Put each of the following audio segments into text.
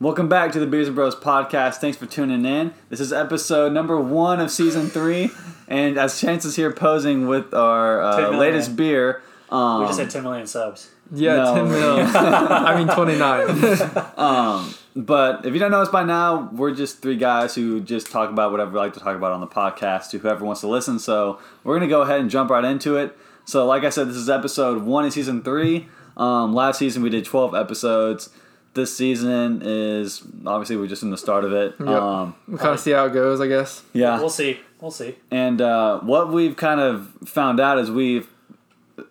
Welcome back to the Beers and Bros podcast. Thanks for tuning in. This is episode number one of season three, and as Chance is here posing with our uh, million. latest beer, um, We just had 10 million subs. Yeah, No. 10 mil. I mean, 29. But if you don't know us by now, we're just three guys who just talk about whatever we like to talk about on the podcast to whoever wants to listen. So we're going to go ahead and jump right into it. So, like I said, this is episode one in season three. Um, last season we did 12 episodes. This season is obviously we're just in the start of it. Yep. Um, We'll kind of see how it goes, I guess. yeah. We'll see. We'll see. And uh, what we've kind of found out is we've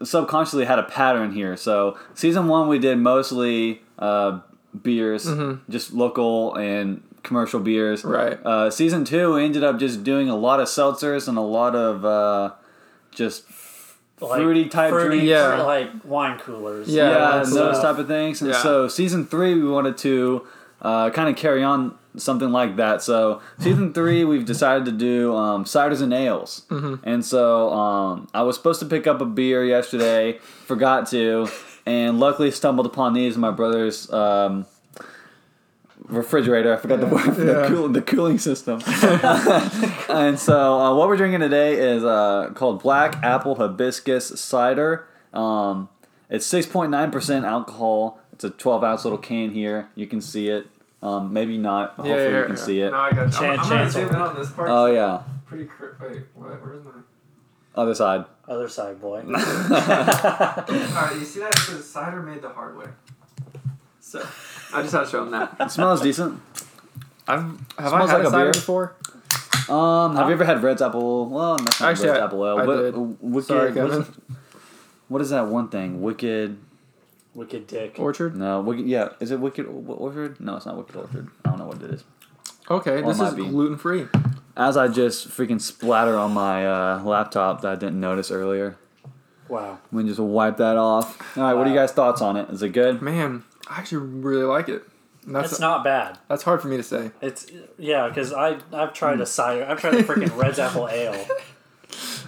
subconsciously had a pattern here. So season one, we did mostly uh, beers, just local and commercial beers. Right. Uh, season two we ended up just doing a lot of seltzers and a lot of uh, just Like, Fruity type drinks. Yeah. Like wine coolers. Yeah, yeah, that's and a those lot. type of things. And Yeah. so season three, we wanted to uh, kind of carry on something like that. So season three, we've decided to do um, ciders and ales. Mm-hmm. And so um, I was supposed to pick up a beer yesterday, forgot to, and luckily stumbled upon these in my brother's. Um, Refrigerator. I forgot the word for the, Yeah. cool, the cooling system. and so, uh, what we're drinking today is uh, called Black Apple Hibiscus Cider. Um, it's 6.9% alcohol. It's a 12 ounce little can here. You can see it. Um, maybe not. Hopefully, you can see it. I got Chan- I'm- I'm gonna Chan's zoom in over. on this part. Oh, yeah. Pretty cr- Wait, what? Where's my. Other side. Other side, boy. Alright, you see that? It says cider made the hard way. So, I just had to show him that. It smells decent. I've, have I Smells had like a a cider beer. before? Um, have you ever had Red's Apple? Well, that's not Actually, Red's I- Apple Ale. I What- uh, did. Wicked, Sorry, what is- Kevin. what is that one thing? Wicked. Wicked dick. Orchard? No, Wicked. Yeah. Is it Wicked Or- Orchard? No, it's not Wicked Orchard. I don't know what it is. Okay, Or this might is be. gluten free. As I just freaking splatter on my uh, laptop that I didn't notice earlier. Wow. We can just wipe that off. All right, what are you Wow. guys' thoughts on it? Is it good? Man, I actually really like it. And That's, It's not bad. that's hard for me to say. It's yeah, because I I've Hmm. tried a cider. I've tried the freaking Red's Apple Ale.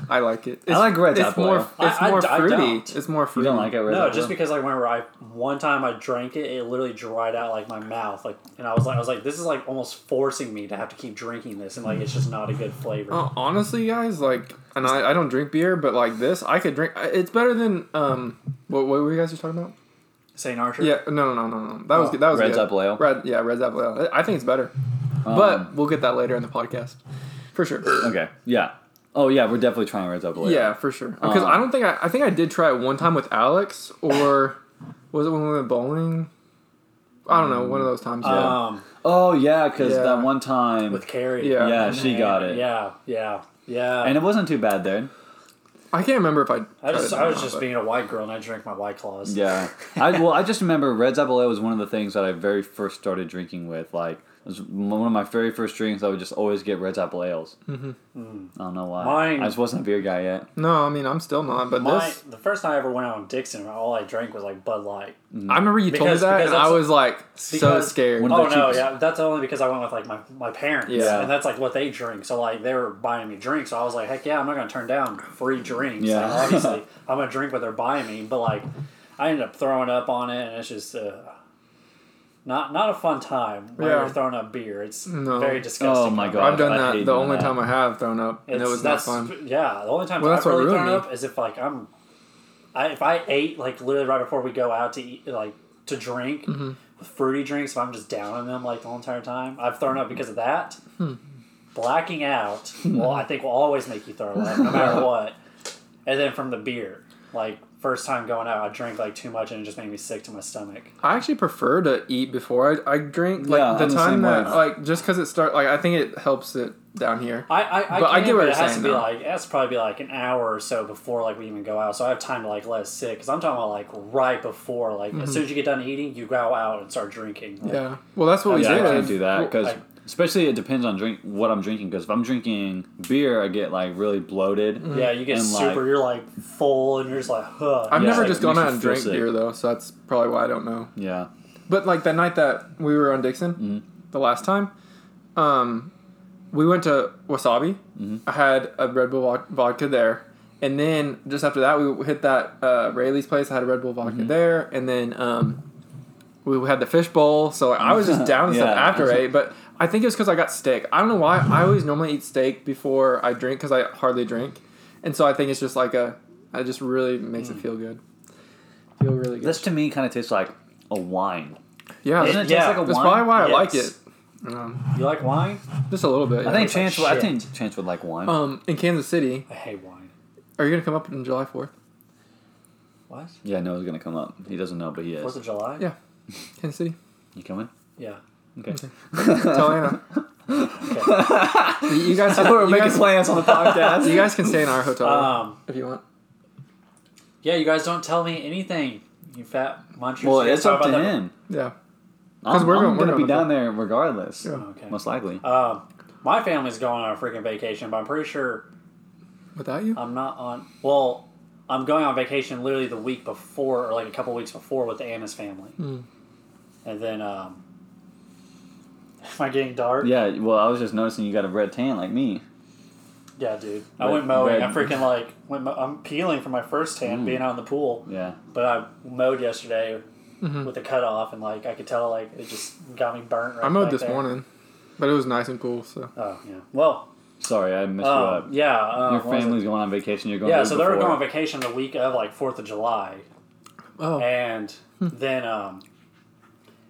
I like it. It's, like Red's it's apple More, ale. It's I- I- more I fruity. don't. It's more You fruity. don't like it, Red's No, Apple just Ale? because I remember I one time I drank it, it literally dried out like my mouth, like, and I was like, I was like, this is like almost forcing me to have to keep drinking this, and like it's just not a good flavor. Uh, honestly, guys, like, and I, I don't drink beer, but like this, I could drink. I- It's better than um, what, what were you guys just talking about? Saint Archer. Yeah, no, no, no, no, no. That was Oh, good. That was Red's good. Apple Ale? Red, yeah, Red's apple ale. I I think it's better, Um, but we'll get that later in the podcast, for sure. Okay. Yeah. Oh yeah, we're definitely trying Red's Apple Ale. Yeah, for sure. Because I don't think I, I think I did try it one time with Alex, or was it when we went bowling? I don't know. One of those times. Yeah. Um, Oh yeah, because Yeah. that one time. with Carrie. Yeah. yeah, she got it. Yeah, yeah, yeah. And it wasn't too bad there. I can't remember if I. I tried just it or I was not, just but- being a white girl and I drank my white claws. Yeah. I well, I just remember Red's Apple Ale was one of the things that I very first started drinking with. Like, it was one of my very first drinks. I would just always get Red's Apple Ales. Mm-hmm. I don't know why. Mine- I just wasn't a beer guy yet. No, I mean I'm still not. But My this, the first time I ever went out on Dixon, all I drank was like Bud Light. I remember you told me Because- that, because and I that's- was like so because- scared. One of Oh the no, cheapest. yeah, that's only because I went with like my, my parents, Yeah. and that's like what they drink. So like they were buying me drinks, so I was like, heck yeah, I'm not gonna turn down free drinks. Yeah. Like, obviously I'm gonna drink what they're buying me, but like I ended up throwing up on it, and it's just uh, not not a fun time when Yeah. you're throwing up beer. It's No. very disgusting. Oh, my God. I've done I hate that the doing only that. time I have thrown up, and it It's- was not that's- fun. Yeah, the only time Well, I've that's what really ruined thrown me. up is if like I'm, I if I ate like literally right before we go out to eat like to drink Mm-hmm. with fruity drinks, if I'm just down on them like the whole entire time, I've thrown up because of that. Hmm. Blacking out, well, I think will always make you throw up no matter what. And then from the beer, like first time going out, I drank like too much and it just made me sick to my stomach. I actually prefer to eat before I, I drink. Like Yeah, the I'm the time same that way. like just because it start like I think it helps it down here. I, I, I But I can, get what but you're it has saying, to be though. like it has to probably be like an hour or so before like we even go out, so I have time to like let it sit. Because I'm talking about like right before, like as soon as you get done eating, you go out and start drinking. Like, Mm-hmm. Yeah. Well, that's what we Oh, Yeah, I did. can't do that because I- especially it depends on drink what I'm drinking. Because if I'm drinking beer, I get like really bloated. yeah, you get And, like- super. you're like full, and you're just like, huh. I've Yeah, never like, just it gone makes you out and feel drank sick. beer though, so that's probably why I don't know. Yeah. But like that night that we were on Dixon, Mm-hmm. the last time, um, we went to Wasabi. Mm-hmm. I had a Red Bull vod- vodka there, and then Mm-hmm. just after that, we hit that uh, Rayleigh's place. I had a Red Bull vodka there, and then um, We had the fish bowl, so I was just down and stuff Yeah. after I ate. But I think it was because I got steak. I don't know why. I always normally eat steak before I drink because I hardly drink, and so I think it's just like a. It just really makes Mm. it feel good. Feel really good. This to me kind of tastes like a wine. yeah, Doesn't it that's taste Yeah. like a That's wine? probably why I like it. Yes. Um, You like wine? just a little bit. I yeah. think Chance. tastes Would, like I think Chance would like wine. Um, in Kansas City, I hate wine. are you gonna come up on July Fourth? What? yeah, no, it's gonna come up. He doesn't know, but he Fourth is. of July? Yeah. Kansas City. You coming? Yeah. Okay. Tell Anna. Okay. You- You guys, I thought we were you making guys, plans on the you podcast. guys can stay in our hotel room um, if you want. yeah, you guys don't tell me anything. You fat munchers. well, You guys it's talk up to about that- him. Yeah. I'm, we're I'm gonna- gonna, we're gonna be go. down there regardless, Yeah. Oh, Okay. most likely. Um, my family's going on a freaking vacation, but I'm pretty sure Without you? I'm not on. Well, I'm going on vacation literally the week before, or like a couple weeks before, with Anna's family. Hmm. And then, um, am I getting dark? yeah. Well, I was just noticing you got a red tan like me. Yeah, dude. I Red- went mowing. I red. Hmm. freaking like went. Mo- I'm peeling from my first tan being out in the pool, Yeah. but I mowed yesterday Hmm. Mm-hmm. with the cutoff, and like I could tell, like it just got me burnt. Right I mowed back this there. morning, but it was nice and cool. So Oh yeah. Well, Sorry, I messed you up. um, yeah. Um, Your what was it? family's going on vacation. You're going. Yeah, the so week they were before. going on vacation the week of like Fourth of July, oh, and then um,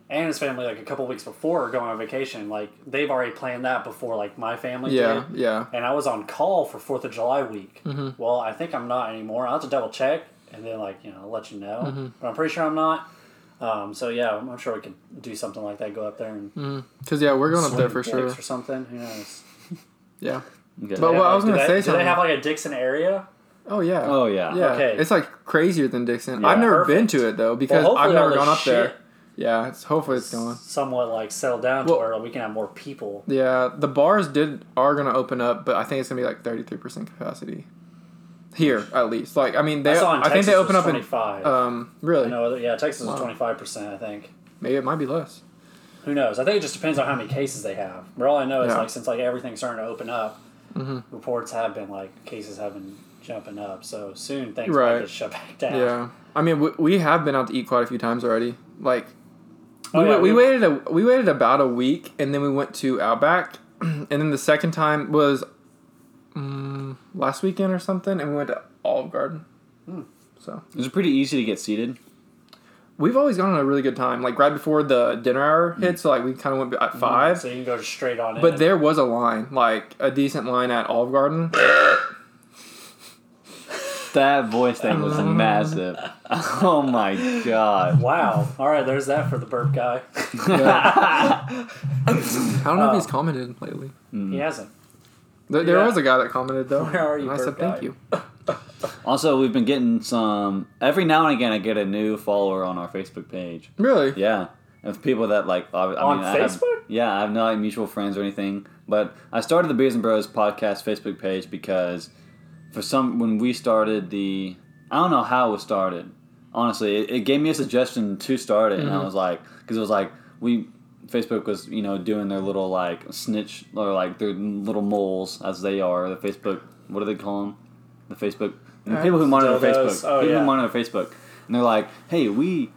Anna's family like a couple weeks before are going on vacation. Like they've already planned that before like my family yeah, Mm-hmm. did. yeah. And I was on call for Fourth of July week. Well, I think I'm not anymore. I'll have to double check and then like you know I'll let you know. Mm-hmm. But I'm pretty sure I'm not. Um, so yeah, I'm, I'm sure we could do something like that. Go up there and Cause yeah, we're Mm-hmm. going up swing there for dicks sure. or something. Who knows? Yeah. Okay. But- Well, I was Do gonna they- say Do something. they have like a Dixon area? Oh yeah. oh yeah. Yeah. Okay. It's like crazier than Dixon. Yeah, I've never been perfect. to it though because Well, hopefully I've all never this gone up shit- there. Yeah. It's hopefully it's gone. somewhat like settle down Well- to where we can have more people. Yeah. The bars did are gonna open up, but I think it's gonna be like thirty three percent capacity. Here at least. Like I mean, they. I I, saw in think Texas they open was up in. 25. Um. Really. no, yeah, Texas Wow. is twenty five percent. I think. Maybe it might be less. Who knows? I think it just depends on how many cases they have. But all I know is Yeah. Mm-hmm. like since like everything's starting to open up, reports have been like cases have been jumping up. So soon things Right. might get shut back down. Yeah. I mean, we, we have been out to eat quite a few times already. Like, Oh, we, yeah, wa- we, we- waited a, we waited about a week, and then we went to Outback, and then the second time was mm, last weekend or something, and we went to Olive Garden. So It was pretty easy to get seated. we've always gone on a really good time. Like right before the dinner hour Mm. hit, so like we kind of went at five, So you can go straight on. but in. there was a line, like a decent line at Olive Garden. That voice thing was massive. Oh my god. Wow. All right, there's that for the burp guy. I don't know Oh. if he's commented lately. He hasn't. There, there Yeah. was a guy that commented though. Where are you, and I bird said guy?" thank you. Also, we've been getting some. Every now and again, I get a new follower on our Facebook page. Really? Yeah, of people that like. I, I On mean, I have- Facebook? yeah, I have not like, mutual friends or anything. But I started the Beers and Bros podcast Facebook page because for some when we started the, I don't know how it started. Honestly, it, it gave me a suggestion to start it, and Mm-hmm. I was like, because it was like we. Facebook was, you know, doing their little like snitch or like their little moles as they are. The Facebook, what do they call them? The Facebook, the people who monitor Dildos. Facebook, Uh, Oh, people yeah. who monitor Facebook, and they're like, hey, we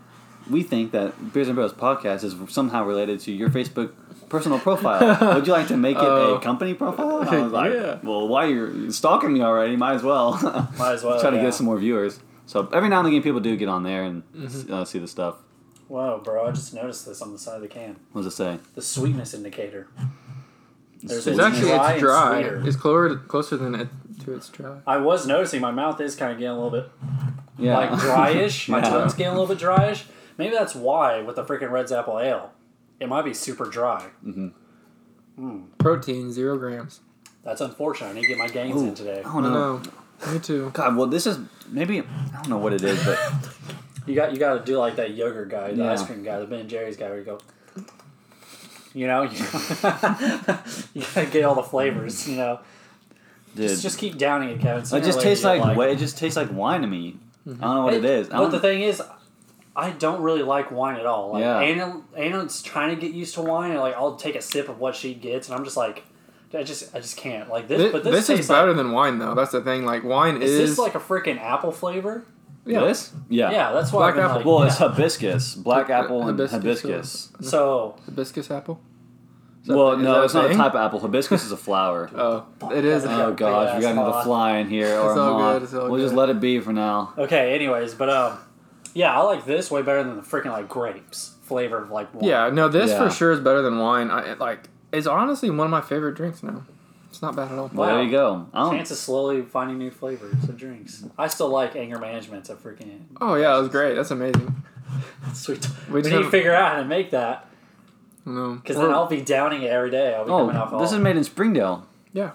we think that Beers and Bros podcast is somehow related to your Facebook personal profile. Would you like to make it Oh. a company profile? And I was like, Yeah. well, why you're stalking me already? Might as well. Might as well. Try to yeah. get some more viewers. So every now and again, people do get on there and Mm-hmm. uh, see the stuff. Whoa, bro! I just noticed this on the side of the can. What does it say? The sweetness indicator. It's There's It's actually dry it's and dry. sweeter. It's closer closer than it to its dry. I was noticing my mouth is kind of getting a little bit Yeah. like dryish. My Yeah. tongue's getting a little bit dryish. Maybe that's why with the freaking Red's Apple Ale, it might be super dry. Protein zero grams. That's unfortunate. I need to get my gains in today. Oh I no. know. Me too. God, well, this is maybe I don't know what it is, but You got you got to do like that yogurt guy, the Yeah. ice cream guy, the Ben and Jerry's guy, where you go. You know, you, you gotta get all the flavors. You know, dude, just, just keep downing it, Kevin. it Sooner or just later tastes you'll like, wa- it just tastes like wine to me. I don't know what it is. I But don't, Mm-hmm. the thing is, I don't really like wine at all. Like Yeah. Anna, Anna's trying to get used to wine, and like I'll take a sip of what she gets, and I'm just like, I just, I just can't. Like this, This, but this this, is tastes better like, than wine though. That's the thing. Like wine is is, this like a freaking apple flavor? Yeah. This? Yeah. Yeah, that's why. Black I've been, apple. Like, Well, yeah. it's hibiscus, black apple, and hibiscus. hibiscus. so Hibiscus apple? Is that- Well, is that no, it's not a thing? type of apple. Hibiscus is a flower. Oh, it is. Yeah. Oh gosh, we got another Moth. fly in here. Or It's a all moth. good, it's all we'll just good. let it be for now. okay. Anyways, but um, yeah, I like this way better than the freaking like grapes flavor of like. wine. Yeah, no, this Yeah. for sure is better than wine. I it, like. It's honestly one of my favorite drinks now. It's not bad at all. Well, Wow. there you go. Oh. I don't, Chance is slowly finding new flavors of drinks. I still like anger management's a freaking Oh yeah, that was great. That's amazing. sweet. We We, just need to have- figure out how to make that No. because then I'll be downing it every day. I'll be coming off. oh, all- this is made in Springdale. Yeah.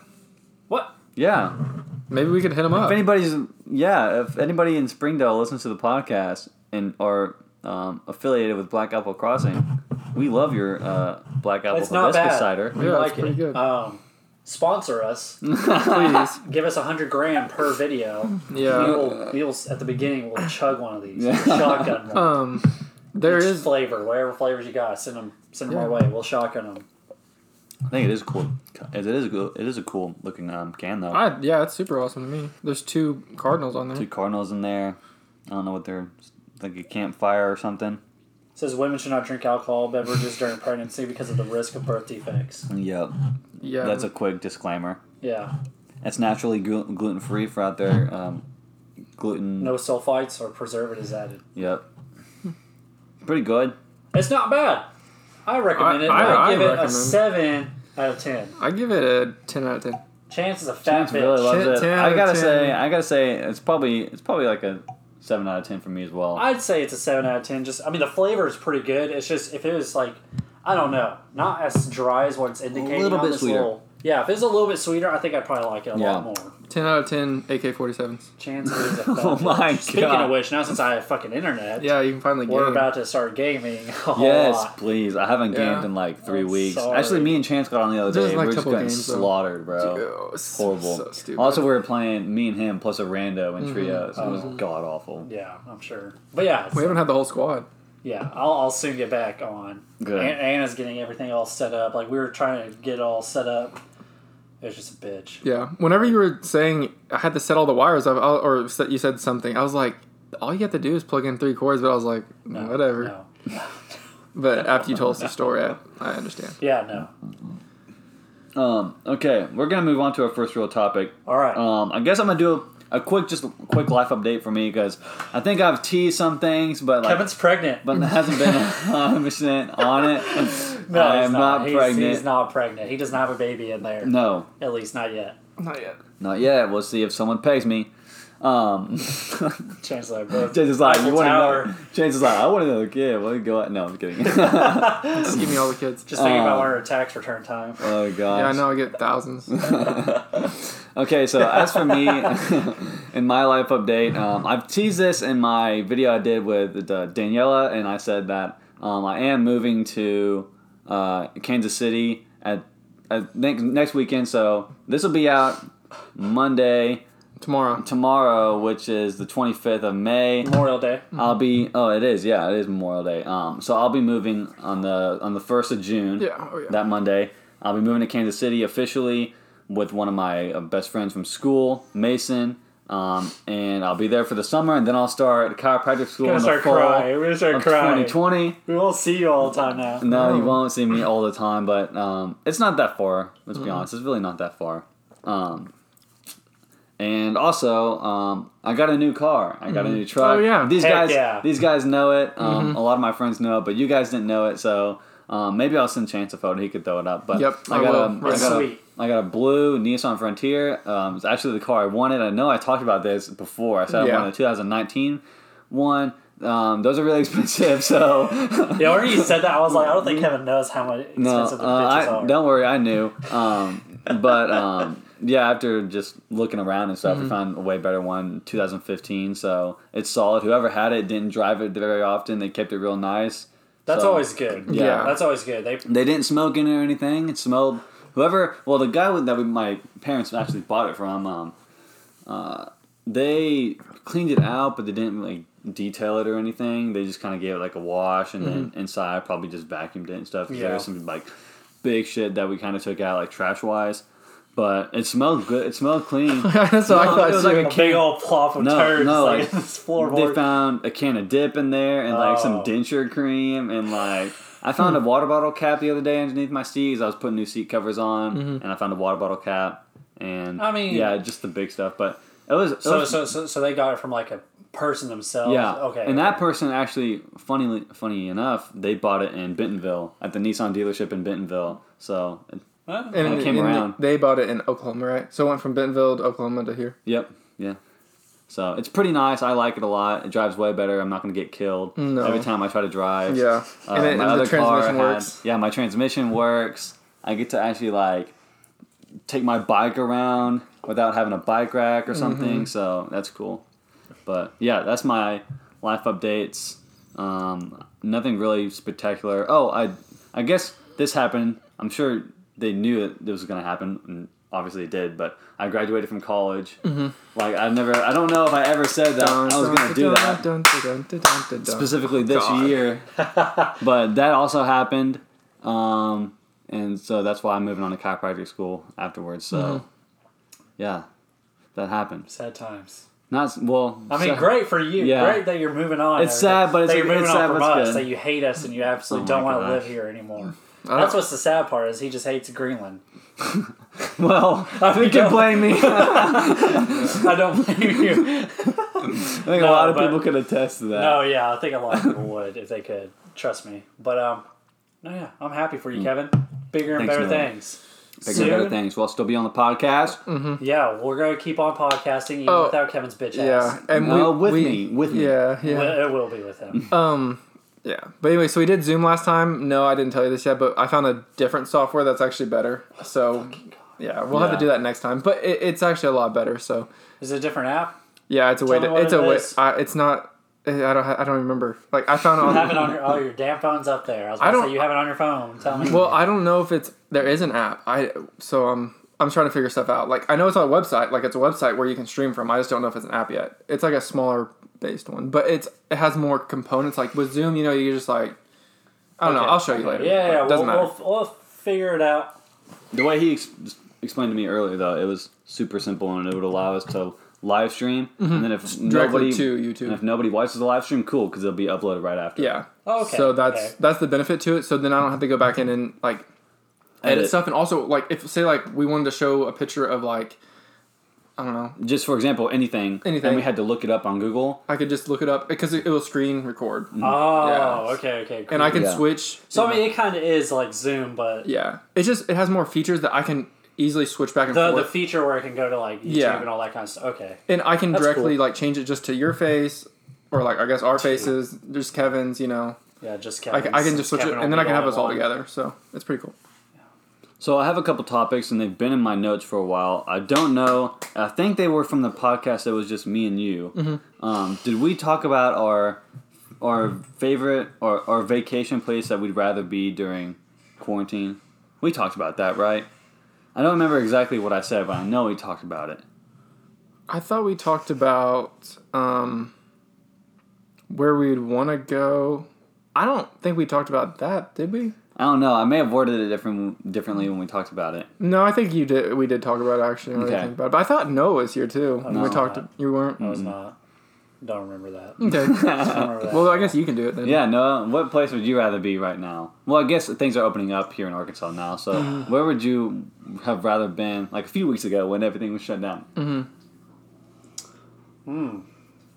what? Yeah. Maybe we could hit them up. If anybody's yeah, if anybody in Springdale listens to the podcast and are um, affiliated with Black Apple Crossing, we love your uh, Black Apple It's not hibiscus bad. cider. We Yeah, it's like pretty it. good. Um, sponsor us. Please. Give us a hundred grand per video. we Yeah. will, we will at the beginning we'll chug one of these Yeah. shotgun one. Um, there Each is. flavor whatever flavors you got send them send them Yeah. our way we'll shotgun them I think it is cool. It is a cool, it is a cool looking um, can though. I yeah, it's super awesome to me. There's two cardinals on Two there. cardinals in there. I don't know what they're like a campfire or something. it says women should not drink alcohol beverages during pregnancy because of the risk of birth defects Yep. Yeah. That's a quick disclaimer. yeah It's naturally gluten free for out there. Um, gluten. no sulfites or preservatives added Yep. Pretty good. it's not bad i recommend I- it I- i, I give it a recommend. 7 out of 10 I give it a ten out of ten. chance is a fat Chance bitch really loves Shit, it. 10 I gotta out of say, 10. I gotta say, it's probably it's probably like a seven out of ten for me as well. i'd say it's a 7 out of 10 just i mean the flavor is pretty good it's just if it was like i don't know not as dry as what's indicated little on bit this sweeter. little yeah if it's a little bit sweeter i think i'd probably like it a Yeah. lot more Ten out of ten AK forty sevens. Chance is a fat Oh my bitch. Speaking God. of which, now since I have fucking internet, Yeah, you can finally get. we're about to start gaming. A whole yes, lot. please. I haven't Yeah. gamed in like three I'm weeks. sorry. Actually, me and Chance got on the other There's day. we like a were just couple getting games, though. slaughtable, slaughtered, bro. Horrible. So stupid. Mm-hmm. also, we were playing me and him plus a rando and trio. So it Oh. was god awful. Yeah, I'm sure. But yeah, we it's- haven't had the whole squad. yeah, I'll, I'll soon get back on. Good. An- Anna's getting everything all set up. Like we were trying to get it all set up. It was just a bitch. Yeah. Whenever you were saying I had to set all the wires, I, I, or set, you said something, I was like, all you have to do is plug in three cords. But I was like, No, whatever. No. But after you told us the story, I, I understand. Yeah, no. Um. Okay, we're gonna move on to our first real topic. All right. Um, I guess I'm gonna do a, a quick, just a quick life update for me because I think I've teased some things, but like, Kevin's pregnant. but there hasn't been 100 percent on it. no, I he's am not. not He's- pregnant. He's not pregnant. He does not have a baby in there. No, At least not yet. Not yet. not yet. We'll see if someone pegs me. Um, Chances are both. Chase is like, you Eiffel want Tower. another? Chase is like, I want another kid. What go out? No, I'm kidding. Just give me all the kids. Just thinking about Um, our tax return time. oh god. yeah, I know I get thousands. Okay, so as for me, in my life update, um, I've teased this in my video I did with uh, Daniela, and I said that um, I am moving to uh, Kansas City at, at next, next weekend. So this will be out Monday Tomorrow. tomorrow, which is the 25th of May. Memorial Day. I'll be oh it is yeah it is Memorial Day um so I'll be moving on the on the first of June Yeah. Oh yeah. that Monday I'll be moving to Kansas City officially with one of my uh, best friends from school Mason um and I'll be there for the summer and then I'll start chiropractic school We're in gonna the start fall crying. We're gonna start of crying. 2020 We won't see you all the time now. no you Oh. won't see me all the time but um it's not that far let's Mm-hmm. be honest it's really not that far um. And also, um, I got a new car. I got a new truck. Oh, yeah. Mm-hmm. These Heck guys, yeah. these guys know it. Um, A lot of my friends know it, but you guys didn't know it. So um, maybe I'll send Chance a photo. He could throw it up. But Yep, I I got will. a, I Right. got a, Sweet. I got a blue Nissan Frontier. Um, it's actually the car I wanted. I know I talked about this before. I said I Yeah. wanted a 2019 one. Um, those are really expensive. So Yeah, whenever you said that, I was like, I don't think Kevin knows how much expensive no, the uh, I- bitches are. don't worry, I knew. Um, but um, yeah, after just looking around and stuff, we found a way better one, 2015. So it's solid. Whoever had it didn't drive it very often. They kept it real nice. That's So- always good. Yeah. Yeah. that's always good. They They didn't smoke in it or anything. It smelled. Whoever, well, the guy with- that we, my parents actually bought it from, um, uh, they cleaned it out, but they didn't like detail it or anything. They just kind of gave it like a wash, and then Mm-hmm. inside probably just vacuumed it and stuff. 'cause Yeah. There was some like big shit that we kind of took out like trash wise, but it smelled good. It smelled clean. That's what I No, thought. it was too. like A big old plop of No, turds no, like, like, in this floorboard. They found a can of dip in there and like some Oh. Hmm. denture cream and like I found a water bottle cap the other day underneath my seats. I was putting new seat covers on and I found a water bottle cap and Mm-hmm. I mean- yeah, just the big stuff. But it was it so, was- so, so, so they got it from like a person themselves. yeah Okay. And that person actually, funny funny enough, they bought it in Bentonville at the Nissan dealership in Bentonville. So Huh? and kinda came and around. They bought it in Oklahoma, right? So it went from Bentonville to Oklahoma to here. Yep. Yeah. So it's pretty nice. I like it a lot. It drives way better. I'm not going to get killed No. every time I try to drive. Yeah. Uh, and it, my and other the car transmission I had- works. yeah, my transmission works. I get to actually like take my bike around without having a bike rack or Mm-hmm. something. So that's cool. But yeah, that's my life updates. Um, nothing really spectacular. Oh, I I guess this happened. I'm sure they knew it, this was gonna happen, and obviously it did. But I graduated from college. Mm-hmm. Like I never, I don't know if I ever said that I was gonna do that that. specifically this oh, God. year. but that also happened, um, and so that's why I'm moving on to chiropractic school afterwards. So, Mm-hmm. yeah, that happened. sad times. Not s- well. I mean, so- great for you. Yeah. Great that you're moving on. It's sad, but it's- that you're moving it's on sad, from but it's us. good. That you hate us and you absolutely Oh don't my want to gosh. live here anymore. That's what's the sad part is he just hates Greenland. Well, I you can blame me. I I don't blame you. think No, a lot of but- people could attest to that. No, yeah, I think a lot of people would if they could. Trust me. But um, no, yeah, I'm happy for you, Kevin. Bigger Mm. and Thanks, man. better things. Bigger and better Soon. things. We'll still be on the podcast. Mm-hmm. Yeah, we're gonna keep on podcasting even Oh, without Kevin's bitch Yeah, ass. and No, we, uh, with we, me, with me. Yeah, yeah. Well, It will be with him. Um, yeah. But anyway, so we did Zoom last time. No, I didn't tell you this yet, but I found a different software that's actually better. So, yeah, we'll have Yeah. to do that next time. But it, it's actually a lot better. So, Is it a different app? yeah, it's a way me to. what It's it a way. is. I, it's not. eh, I don't. ha- I don't remember. Like I found Have on. it on your oh your damn phone's up there. I was I gonna don't- say you have it on your phone. Tell me. well, I don't know if it's there is an app. I so um. I'm trying to figure stuff out. Like I know it's on a website, like it's a website where you can stream from. I just don't know if it's an app yet. It's like a smaller based one, but it's it has more components. Like with Zoom, you know, you just like I don't know. Okay. I'll show you later. yeah, but yeah, it doesn't we'll, matter. we'll, we'll figure it out. The way he ex- explained to me earlier, though, it was super simple, and it would allow us to live stream. And then if Mm-hmm. directly nobody to and YouTube. if nobody watches the live stream, cool, because it'll be uploaded right after. Yeah. Oh, Okay, So that's okay. that's the benefit to it. So then I don't have to go back in and like edit, Edit. stuff. And also like if say like we wanted to show a picture of like I don't know, just for example, anything, Anything. and we had to look it up on Google. I could just look it up because it, it will screen record, Oh, Yeah. okay, okay. Cool. and I can Yeah. switch. so I mean, it kind of is like Zoom, but yeah, it's just it has more features that I can easily switch back and the the forth, feature where it can go to like YouTube Yeah. and all that kind of stuff. Okay, and I can That's directly cool. like change it just to your face. Or like I guess our faces, just Kevin's, you know. yeah, just I, Kevin. ca- I can just switch it, and then I can have us all together. So it's pretty cool. So I have a couple topics, and they've been in my notes for a while. I don't know. I think they were from the podcast that was just me and you. Um, did we talk about our our favorite or our vacation place that we'd rather be during quarantine? We talked about that, right? I don't remember exactly what I said, but I know we talked about it. I thought we talked about um, where we'd want to go. I don't think we talked about that, did we? I don't know. I may have worded it different differently when we talked about it. No, I think you did. We did talk about it actually. now that I Okay. think about it. But I thought Noah was here too. when we No. talked. you weren't. I was not. Don't remember that. Okay. Don't remember that. well, I guess you can do it then. Yeah, Noah, what place would you rather be right now? Well, I guess things are opening up here in Arkansas now, so Mm-hmm. where would you have rather been like a few weeks ago when everything was shut down? Mm-hmm.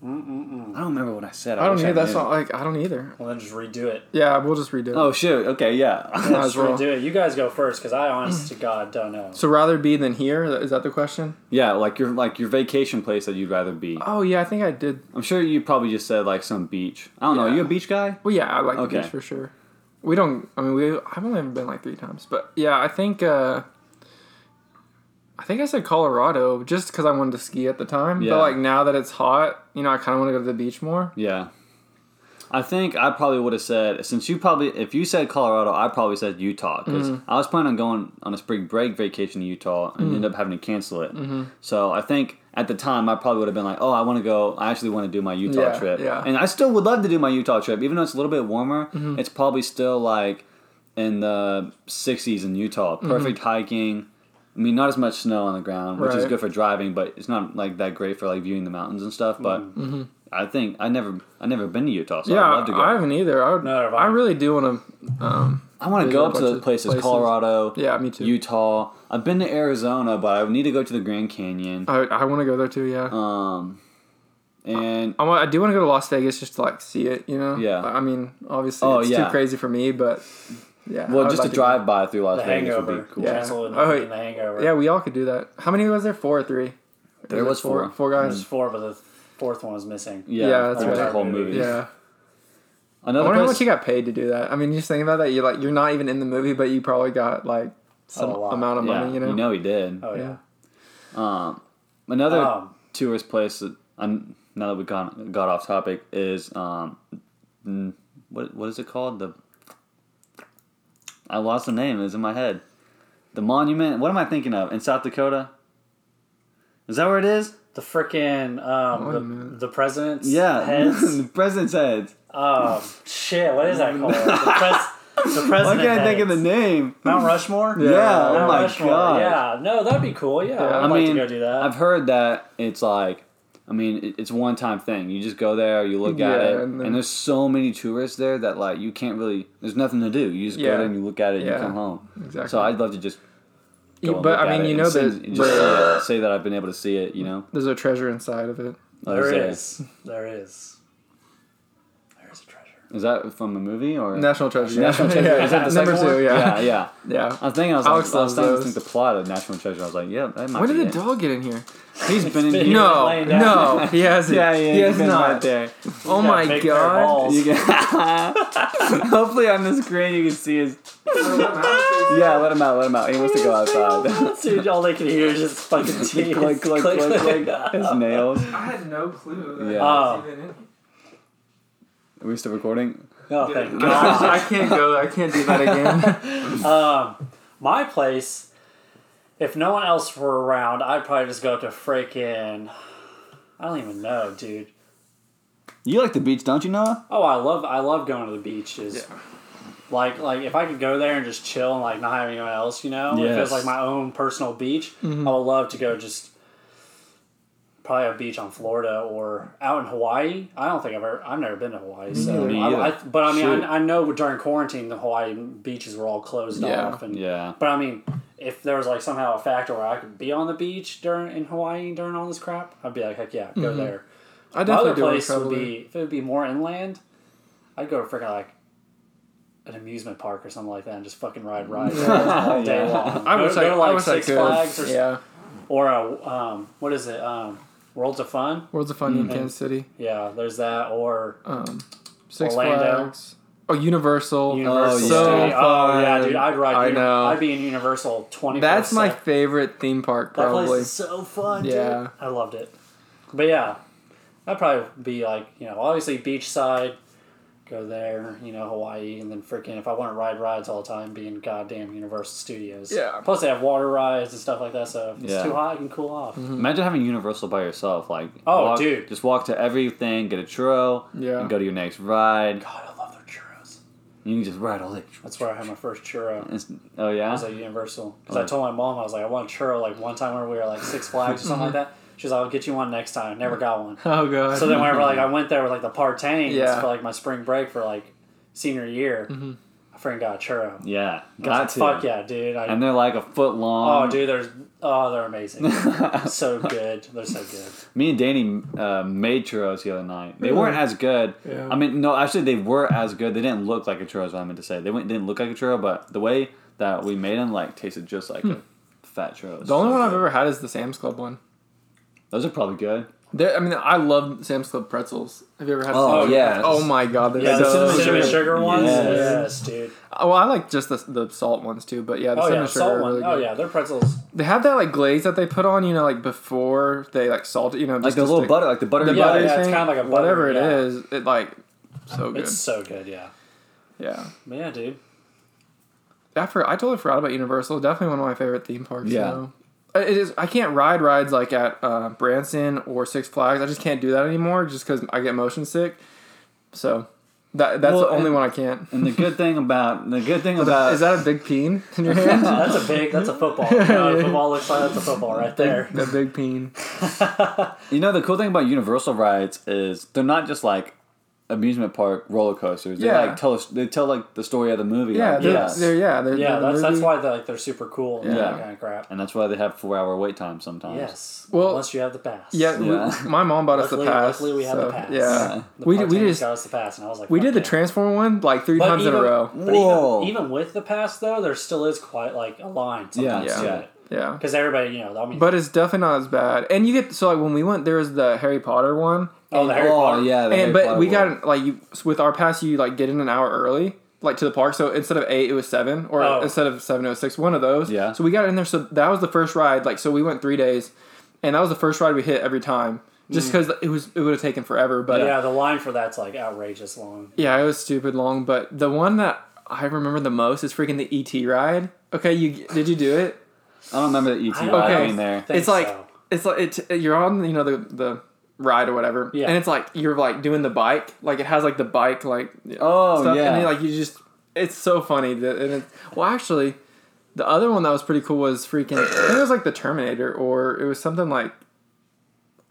I don't remember what I said. I don't wish need that knew. song. Like I don't either. Well, then just redo it. Yeah, we'll just redo it. Oh, shoot. Okay, yeah. Might Just as well. redo it. You guys go first because I, honest to God, don't know. So rather be than here. Is that the question? yeah, like your like your vacation place that you'd rather be. Oh yeah, I think I did. I'm sure you probably just said like some beach. I don't know. Are Yeah. you a beach guy? Well, yeah, I like Okay. the beach for sure. We don't. I mean, we. I've only been like three times, but yeah, I think. uh I think I said Colorado just because I wanted to ski at the time. Yeah. But like now that it's hot, you know, I kind of want to go to the beach more. Yeah. I think I probably would have said since you probably if you said Colorado, I probably said Utah because Mm-hmm. I was planning on going on a spring break vacation to Utah and ended up having to cancel it. Mm-hmm. So I think at the time I probably would have been like, oh, I want to go. I actually want to do my Utah Yeah, trip, yeah. Mm-hmm. and I still would love to do my Utah trip, even though it's a little bit warmer. It's Mm-hmm. probably still like in the 60s in Utah. Perfect hiking, I mean, not as much snow on the ground, which is Right. good for driving, but it's not like that great for like viewing the mountains and stuff. But Mm-hmm. I think I never, I never been to Utah, so I'd yeah, love to go. I haven't either. I would. Neither have I. I really do want to. Um, I want to There's go a up to bunch the of places, places. Colorado, yeah, me too. Utah. I've been to Arizona, but I need to go to the Grand Canyon. I, I want to go there too. Yeah. Um, and Uh, I, want, I do want to go to Las Vegas just to like see it. You know. Yeah. I mean, obviously, Oh, it's yeah. too crazy for me, but yeah. I well, would just like a to go. drive by through Las The Vegas Hangover. would be cool. Yeah. Denzel and, Oh, and The Hangover. Yeah, we all could do that. How many was there? Four or three? There it was four. Four There's guys. four, but the fourth one is missing. Yeah, Yeah, that's almost right. the whole movie. Yeah. I Another wonder how Mm-hmm. place, much you got paid to do that. I mean, just think about that. You're like, you're not even in the movie, but you probably got like some A lot. amount of money. yeah, You know. he did. Oh yeah. Um, another Um, tourist place that I'm, now that we got got off topic is um, mm, what what is it called? The I lost the name. It's in my head. The monument. What am I thinking of? In South Dakota. Is that where it is? The frickin' um, the, the president's Yeah, heads. the president's heads. um, shit, what is that called? The, pres- the Why president. can't I think of heads. the name? Mount Rushmore? Yeah, oh Mount my Rushmore. God. Yeah, no, that'd be cool. Yeah, I'd I like mean, to go do that. I've heard that it's like, I mean, it- it's one time thing. You just go there, you look at Yeah, it, and and, then- there's so many tourists there that like you can't really. There's nothing to do. You just go Yeah. there and you look at it and Yeah. you come home. Exactly. So I'd love to just. Go You- and but look I at mean, it you and know see- that and just the- say, it, say that I've been able to see it. You know, There's a treasure inside of it. Like I there said, is. There is. There is a treasure. Is that from a movie or National treasure. National Treasure? Yeah. Is that the Number second two. one? yeah, Yeah. yeah. Yeah. I was thinking I was Alex like, I was loves thinking those. the plot of National Treasure. I was like, yeah, that might When be did the it. dog get in here? He's been in. been- here. No, laying down. no, he hasn't. Yeah, yeah, he has been not. right there. Oh Yeah, my big pair of god. balls. You can Hopefully on the screen you can see his. Yeah, let him out. Let him out. He wants to go outside. Dude, all they can hear is just fucking teeth. click, click, click, click, His nails. I had no clue. that Yeah. was even in. Are we still recording? Oh, thank God. I can't go. I can't do that again. Um, my place, if no one else were around, I'd probably just go to freaking. I don't even know, dude. You like the beach, don't you, Noah? Oh, I love I love going to the beaches. Yeah. Like like if I could go there and just chill and like not have anyone else, you know, if it Yes. was like my own personal beach, Mm-hmm. I would love to go just probably a beach on Florida or out in Hawaii. I don't think I've ever I've never been to Hawaii, so Me I, I, either. but I mean Shoot. I, I know during quarantine the Hawaii beaches were all closed Yeah. off and Yeah. but I mean if there was like somehow a factor where I could be on the beach during in Hawaii during all this crap, I'd be like heck yeah, go there. Mm-hmm. I My other definitely do want to place would travel. there. be if it would be more inland. I'd go to freaking like an amusement park or something like that and just fucking ride rides all day Yeah. long. I Go- wish go I, to, I like wish I Six could. Flags or, yeah. or a um, what is it um, Worlds of Fun? Worlds of Fun Mm-hmm. in Kansas City. Yeah, there's that or Um, Six Orlando. Flags. Oh, Universal. Universal. yeah. Studio- So oh yeah, dude, I'd ride. I Uni- know. I'd be in Universal twenty. That's my favorite theme park, that probably. place is so fun. Yeah. dude. I loved it. But yeah, I'd probably be like you know obviously beachside, go there you know Hawaii and then freaking if I want to ride rides all the time, be in goddamn Universal Studios. Yeah. Plus they have water rides and stuff like that, so if it's Yeah. Mm-hmm. too hot, you can cool off. Imagine having Universal by yourself. Like, Oh, walk- dude. just walk to everything, get a churro, Yeah. and go to your next ride. God, I love their churros. You can just ride all day. That's where I had my first churro. It's, oh yeah. I was at Universal because I told my mom I was like I want a churro like one time when we were like Six Flags or something like that. She was like I'll get you one next time. Never got one. Oh god. So then whenever like I went there with like the Partanes Mm-hmm. Yeah. Mm-hmm. for like my spring break for like senior year, I freaking got a churro. yeah, I got was to. like, Fuck yeah, dude! I, And they're like a foot long. oh, dude, there's oh, they're amazing. so good. They're so good. Me and Danny uh, made churros the other night. They weren't as good. Yeah. I mean, no, actually, they were as good. They didn't look like a churro. Is what I meant to say. They went, didn't look like a churro, but the way that we made them, like, tasted just like a fat churro. the only one I've ever had is the Sam's Club one. Those are probably good. There, I mean, I love Sam's Club pretzels. Have you ever had? Oh, Sam's yes. Club? Oh my god, they're Yeah, the the so cinnamon, cinnamon sugar, sugar. ones. Yes. Yes, dude. Oh, well, I like just the, the salt ones too, but yeah, the Oh cinnamon yeah, sugar. salt are one. really Oh good. yeah, their pretzels. They have that like glaze that they put on, you know, like before they like salt it, you know, just Like the to little stick- butter, like the butter. the Yeah, butter yeah, it's thing, kinda like a butter, whatever it yeah. is. It like so good. It's so good. Yeah. yeah, But yeah, dude. I for, I totally forgot about Universal. Definitely one of my favorite theme parks. Yeah. Yeah. It is. I can't ride rides like at uh, Branson or Six Flags. I just can't do that anymore, just because I get motion sick. So That that's Well, the only and- one I can't. And uh, the good thing about the good thing about Is that a big peen in your hand? That's a big. That's a football. You know what a football looks like that's a football right there. a big peen. You know, the cool thing about Universal rides is they're not just like amusement park roller coasters. They Yeah. like tell us they tell like the story of the movie. Yeah, like, they're, yes. they're yeah, they're, Yeah, they're the that's that's movie. why they're, like they're super cool. Yeah, Yeah. kind of crap. and that's why they have four hour wait time sometimes. Yes. Well- unless you have the pass. Yeah, we- Yeah. my mom bought us the Luckily- pass. luckily we had the so, pass. Yeah, The we did, we Partanis just got us the pass, and I was like, we "Fuck did the yeah." transform one like three But times in a even- row. But Whoa. even, even with the pass though, there still is quite like a line. Sometimes Yeah. yeah, Yeah. yeah. Yeah, Because everybody, you know, I mean, but it's definitely not as bad. And you get so like when we went, there was the Harry Potter one, oh, the Harry Oh Potter. yeah. the Harry and but Potter we world. got in- like you with our pass, you like get in an hour early. Like to the park, so instead of eight, it was seven, or Oh. instead of seven, it was six. One of those. Yeah. So we got in there. So that was the first ride. Like, so we went three days, and that was the first ride we hit every time, just because it was it would have taken forever. But Mm. Yeah. the line for that's like outrageous long. Yeah, it was stupid long, but the one that I remember the most is freaking the ET ride. Okay, you did you do it? I don't remember the ET I don't ride Okay. being there. Think it's like so. it's like it, you're on you know the the ride or whatever, Yeah. and it's like you're like doing the bike, like it has like the bike like Oh, yeah. and then, like you just it's so funny that and it, well actually the other one that was pretty cool was freaking I think it was like the Terminator or it was something like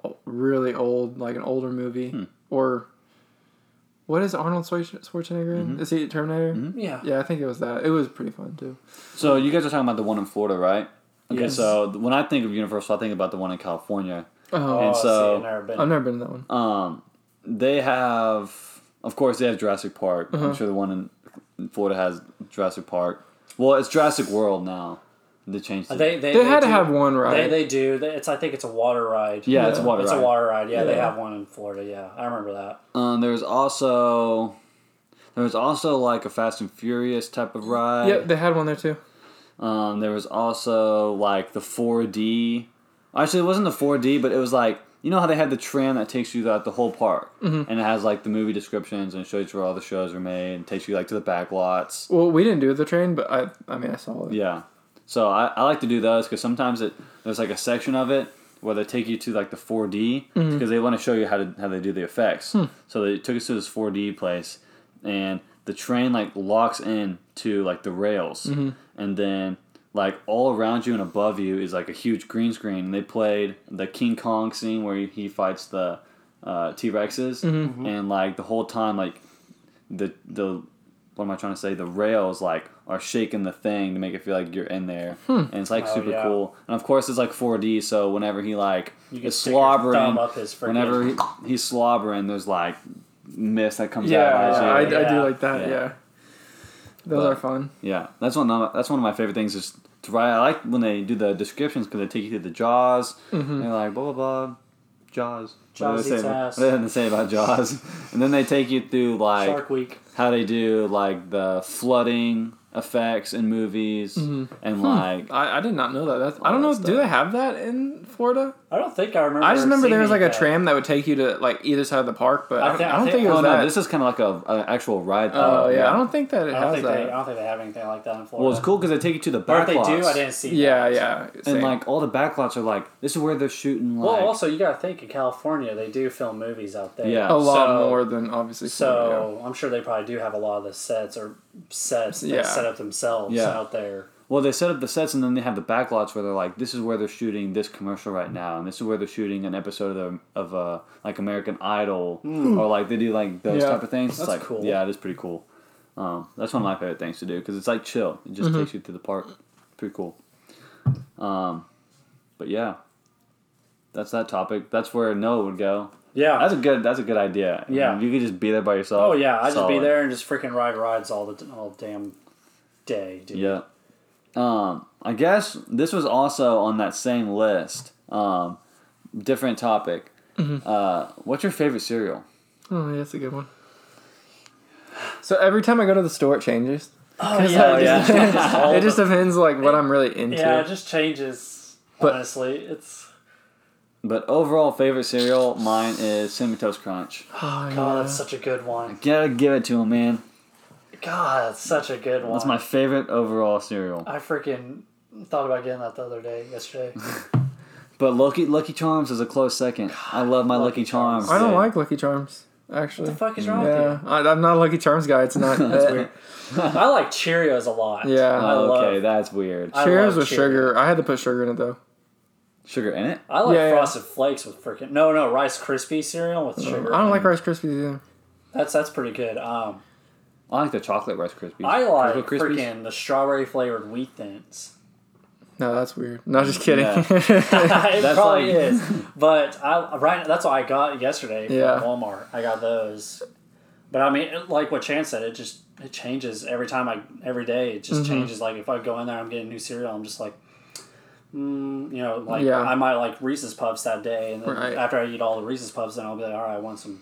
o- really old like an older movie Hmm. or what is Arnold Schwarzen- Schwarzenegger in? Mm-hmm. Is he Terminator? Yeah. Yeah, I think it was that. It was pretty fun too. So you guys are talking about the one in Florida, right? Okay. Yes. So when I think of Universal, I think about the one in California. Oh, Oh, And so- so I've never been. I've never been to that one. Um, they have, of course, they have Jurassic Park. Uh-huh. I'm sure the one in, in Florida has Jurassic Park. Well, it's Jurassic World now. They changed. It. they they, they had to do- have one They, ride. they do. They- It's I think it's a water ride. yeah, it's a water it's ride. a water ride. Yeah, they Yeah. have one in Florida. Yeah, I remember that. Um, there's also there was also like a Fast and Furious type of ride. yep, they had one there too. Um, there was also like the 4D. Actually, it wasn't the 4D, but it was like you know how they had the tram that takes you throughout the whole park, and it has like the movie descriptions and shows you where all the shows are made, and takes you like to the back lots. Well, we didn't do the train, but I I mean I saw it. Yeah. So I, I like to do those because sometimes it there's like a section of it where they take you to like the 4D because they want to show you how to how they do the effects. So they took us to this 4D place and the train like locks in to like the rails and then like all around you and above you is like a huge green screen and they played the King Kong scene where he fights the uh, T-Rexes Mm-hmm. Mm-hmm. and like the whole time like the the what am I trying to say? The rails like are shaking the thing to make it feel like you're in there, Hmm. and it's like Oh, super yeah. cool. And of course, it's like 4D, so whenever he like You can is stick your slobbering, thumb up his freaking. whenever he, he's slobbering, there's like mist that comes Yeah, out. yeah, I, at you. I do Yeah. like that. Yeah. Yeah, those But- are fun. yeah, that's one. of my- That's one of my favorite things is to write. I like when they do the descriptions because they take you to the Jaws. Mm-hmm. And they're like blah blah blah, Jaws. What do Jaws they eats say- ass. What do they say about Jaws? and then they take you through like Shark Week. how they do like the flooding effects in movies Mm-hmm. Hmm. and like I, I did not know that. That's, I don't know. All that Do stuff. they have that in Florida? I don't think I remember. I just remember there seeing was like a that. tram that would take you to like either side of the park, but I, I don't- thi- I I don't thi- think it oh was no that. this is kind of like a an actual ride though. oh yeah, I don't think that it I don't has think they. I that. don't think they have anything like that in Florida. well it's cool because they take you to the Or if back they lots do, I didn't see. yeah, that. yeah. and same. like all the back lots are like this is where they're shooting like Well, also you gotta think in California they do film movies out there. Yeah. a lot so- more than obviously. Florida, So I'm sure they probably do have a lot of the sets or sets that Yeah. set up themselves Yeah. out there. well they set up the sets and then they have the back lots where they're like this is where they're shooting this commercial right now and this is where they're shooting an episode of the, of uh, like American Idol or like they do like those Yeah. type of things. Hmm. That's it's like cool. yeah, it is pretty cool. Um, that's one of my favorite things to do because it's like chill. It just takes you through the park. Pretty cool. Um, but yeah, that's that topic. That's where Noah would go. Yeah. That's a good. That's a good idea. I mean, Yeah. you could just be there by yourself. oh yeah, I just be Solid. there and just freaking ride rides all the all damn day, dude. Yeah. Um, I guess this was also on that same list. Um, different topic. Uh, what's your favorite cereal? yeah. Oh, yeah, that's a good one. So every time I go to the store, it changes. Oh, Oh, it just- yeah. it just all It just the- depends like what I'm really into. yeah, it just changes. But- honestly, it's But overall favorite cereal, mine is Cinnamon Toast Crunch. oh, God, yeah. that's such a good one. Gotta give it to him, man. God, that's such a good one. That's my favorite overall cereal. I freaking thought about getting that the other day, yesterday. But Lucky Lucky Charms is a close second. I love my Lucky, Lucky Charms. Charms. I don't dude. like Lucky Charms. Actually, What the fuck is wrong with yeah, I, I'm not a Lucky Charms guy. It's not. Uh, That's weird. you? I like Cheerios a lot. Yeah. I Oh, love. okay, that's weird. I Cheerios love with Cheerios. sugar. I had to put sugar in it though. Sugar in it? I like Yeah, yeah. Frosted Flakes with freaking no, no Rice Krispie cereal with sugar. Mm. I don't like Rice Krispies either. That's that's pretty good. Um, I like the chocolate Rice Krispies. I like Cocoa Krispies? freaking the strawberry flavored wheat thins. No, that's weird. No, just kidding. it That's probably like- is, but I right that's what I got yesterday from Yeah. Walmart. I got those, but I mean, it- like what Chan said, it just it changes every time. I every day it just changes. Like if I go in there, I'm getting new cereal. I'm just like. Mm, you know, like Yeah. I might like Reese's Puffs that day, and then Right. after I eat all the Reese's Puffs, then I'll be like, all right, I want some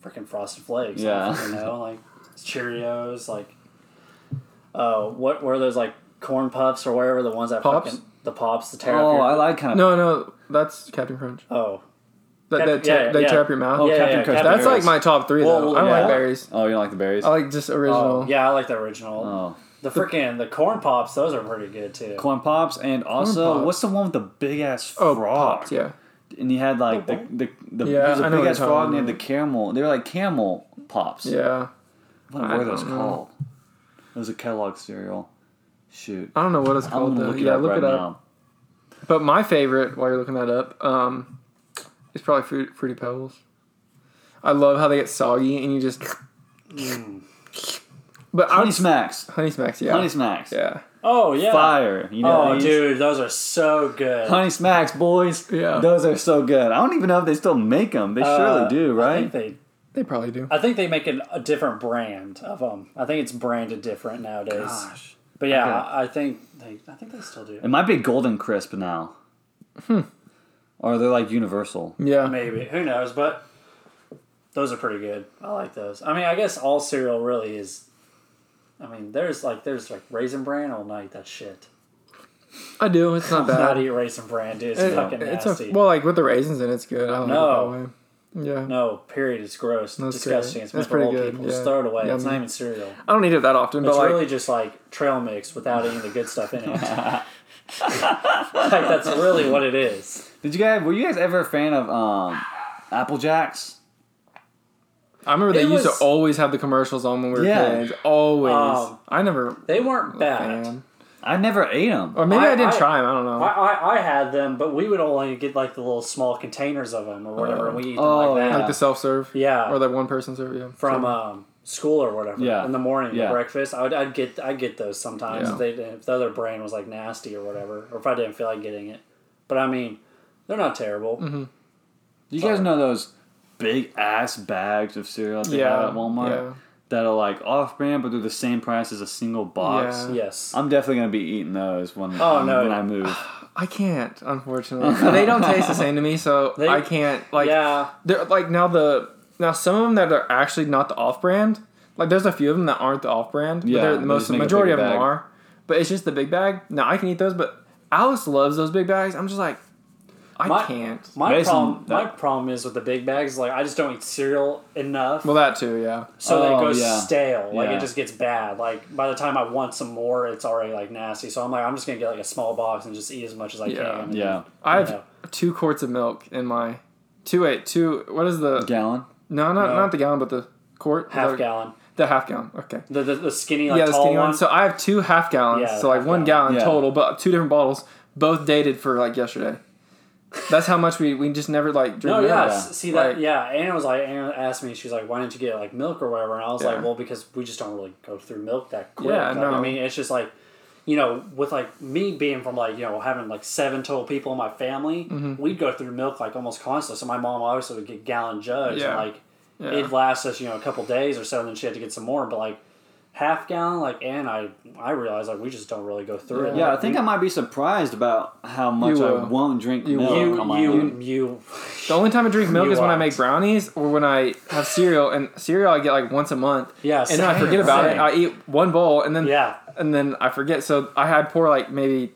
freaking Frosted Flakes. Yeah. you know, like Cheerios, like uh, what were those like corn puffs or whatever the ones that Pops? fucking the pops, the tear up Oh, your- I like kind of. no, no, that's Captain Crunch. Oh, That, that Yeah, tear- yeah, they yeah. tear up your mouth. Oh, Yeah, Captain yeah, Crunch. Captain That's like my top three though. Well, I don't yeah. like berries. Oh, you don't like the berries? I like just original. oh, yeah, I like the original. oh. The freaking the corn pops, those are pretty good too. Corn Pops, and also, Pops. what's the one with the big ass Oh, frog? pops. Yeah. Oh, And you had like the. the, the Yeah, there was I a know big what ass you're frog and talking they had the camel. They were like camel pops. Yeah. What I were those don't know. called? It was a Kellogg cereal. Shoot. I don't know what it's I'm called gonna though. look it Oh, Yeah, up look right it up. now. But my favorite, while you're looking that up, um, is probably Fruit, Fruity Pebbles. I love how they get soggy and you just. Mm. But I Honey would, Smacks. Honey Smacks, yeah, Honey Smacks. yeah, Oh yeah. Fire. You know Oh these? dude, those are so good. Honey Smacks, boys. Yeah. Those are so good. I don't even know if they still make them. They surely Uh, do, I right? think they they probably do. I think they make an, a different brand of them. I think it's branded different nowadays. Gosh. But yeah, Okay. I, I think they I think they still do. It might be Golden Crisp now. Hmm. Or they're like Universal. Yeah, Maybe. Who knows? But those are pretty good. I like those. I mean, I guess all cereal really is. I mean, there's like there's like raisin bran all night. That shit. I do. It's not bad. Not eat raisin bran, dude. It's It- fucking it's nasty. a well, like with the raisins in, it, it's good. I like No. it that way. Yeah, no, period. It's gross. That's disgusting. good. It's meant That's for old pretty good, people. Just yeah. throw it away. It's not Yummy. even cereal. I don't eat it that often, but It's like really just like trail mix without any of the good stuff in it. like that's really what it is. Did you guys? Were you guys ever a fan of um, Apple Jacks? I remember they it used was- to always have the commercials on when we were Yeah. kids. Always. Um, I never. They weren't bad. Man. I never ate them. Or maybe I, I- didn't I- try them. I don't know. I, I, I had them, but we would only get like the little small containers of them or whatever. and we eat them Oh, like that. like the self serve. Yeah. Or the one person serve. Yeah. from um, school or whatever. Yeah. In the morning, Yeah. breakfast. I would, I'd get I'd get those sometimes Yeah. if, they, didn't- if the other brand was like nasty or whatever, or if I didn't feel like getting it. But I mean, they're not terrible. Mm-hmm. Do you guys know those big ass bags of cereal that they Yeah, have at Walmart yeah. that are like off brand, but they're the same price as a single box? Yeah. Yes. I'm definitely gonna be eating those when um, Oh, no. when I move. I can't, unfortunately. they don't taste the same to me, so They- I can't. Like, yeah. they're like now the now some of them that are actually not the off brand. Like, there's a few of them that aren't the off brand. Yeah, but they're, they the most just make a majority of bigger them bag. are. But it's just the big bag. Now I can eat those, but Alice loves those big bags. I'm just like, I My- can't. My Mason, problem that- my problem is with the big bags. Like I just don't eat cereal enough, Well, that too. Yeah. so that Oh, it goes yeah. stale. Like Yeah. it just gets bad. Like by the time I want some more, it's already like nasty. So I'm like, I'm just gonna get like a small box and just eat as much as I Yeah. can. Yeah, I have No. two quarts of milk in my two eight two. What is the gallon. no not No. not the gallon but the quart Half the, gallon. the half gallon okay The, the, the skinny like yeah the tall skinny one. one. So I have two half gallons. Yeah, so like half one gallon. gallon, Yeah. total, but two different bottles, both dated for like yesterday. That's how much we we just never like drink. No, milk. yeah, Yeah. s- see that, Like- yeah. Anna was like, Anna asked me, she's like, why didn't you get like milk or whatever? And I was Yeah. like, well, because we just don't really go through milk that quick. Yeah, Like, no. I mean, it's just like, you know, with like me being from like you know having like seven total people in my family, Mm-hmm. we'd go through milk like almost constantly. So my mom obviously would get gallon jugs, Yeah. and like Yeah. it'd last us you know a couple days or so, and then she had to get some more. But like half gallon, like and I I realized like we just don't really go through it. Yeah, I Like, think I might be surprised about how much You I will. won't drink You milk. you on my own. you you. The only time I drink milk You is when I won't. make brownies or when I have cereal. And cereal I get like once a month. Yeah, and then I same, forget about it. same. I eat one bowl and then Yeah. and then I forget. So I had pour like maybe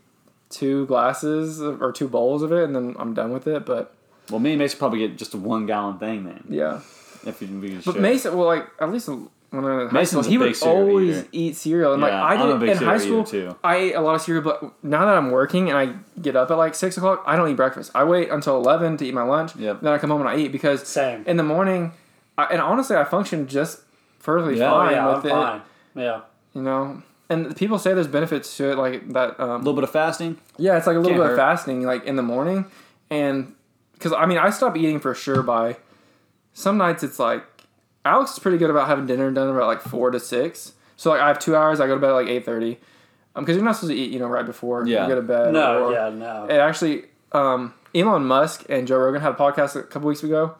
two glasses of- or two bowls of it, and then I'm done with it. But Well, me and Mason probably get just a one gallon thing then. yeah, If you, we just but share. Mason, well, like at least when I was in high Mason's school, a he big would cereal always eater. eat cereal. And like Yeah, I I'm a did big in cereal high school, eater, too. I ate a lot of cereal. But now that I'm working and I get up at like six o'clock, I don't eat breakfast. I wait until eleven to eat my lunch. Yep. Then I come home and I eat because Same. in the morning. I- I, and honestly, I function just perfectly Yeah. Oh, fine yeah, I'm with it. fine. Yeah. You know, and people say there's benefits to it, like that. Um, A little bit of fasting. yeah, it's like a little Can't bit of hurt. fasting, like in the morning, and because I mean, I stop eating for sure by some nights. It's like Alex is pretty good about having dinner done about like four to six. So like I have two hours. I go to bed at like eight thirty, um, because you're not supposed to eat, you know, right before Yeah. you go to bed. No, or- yeah, no. it actually um, Elon Musk and Joe Rogan had a podcast a couple weeks ago,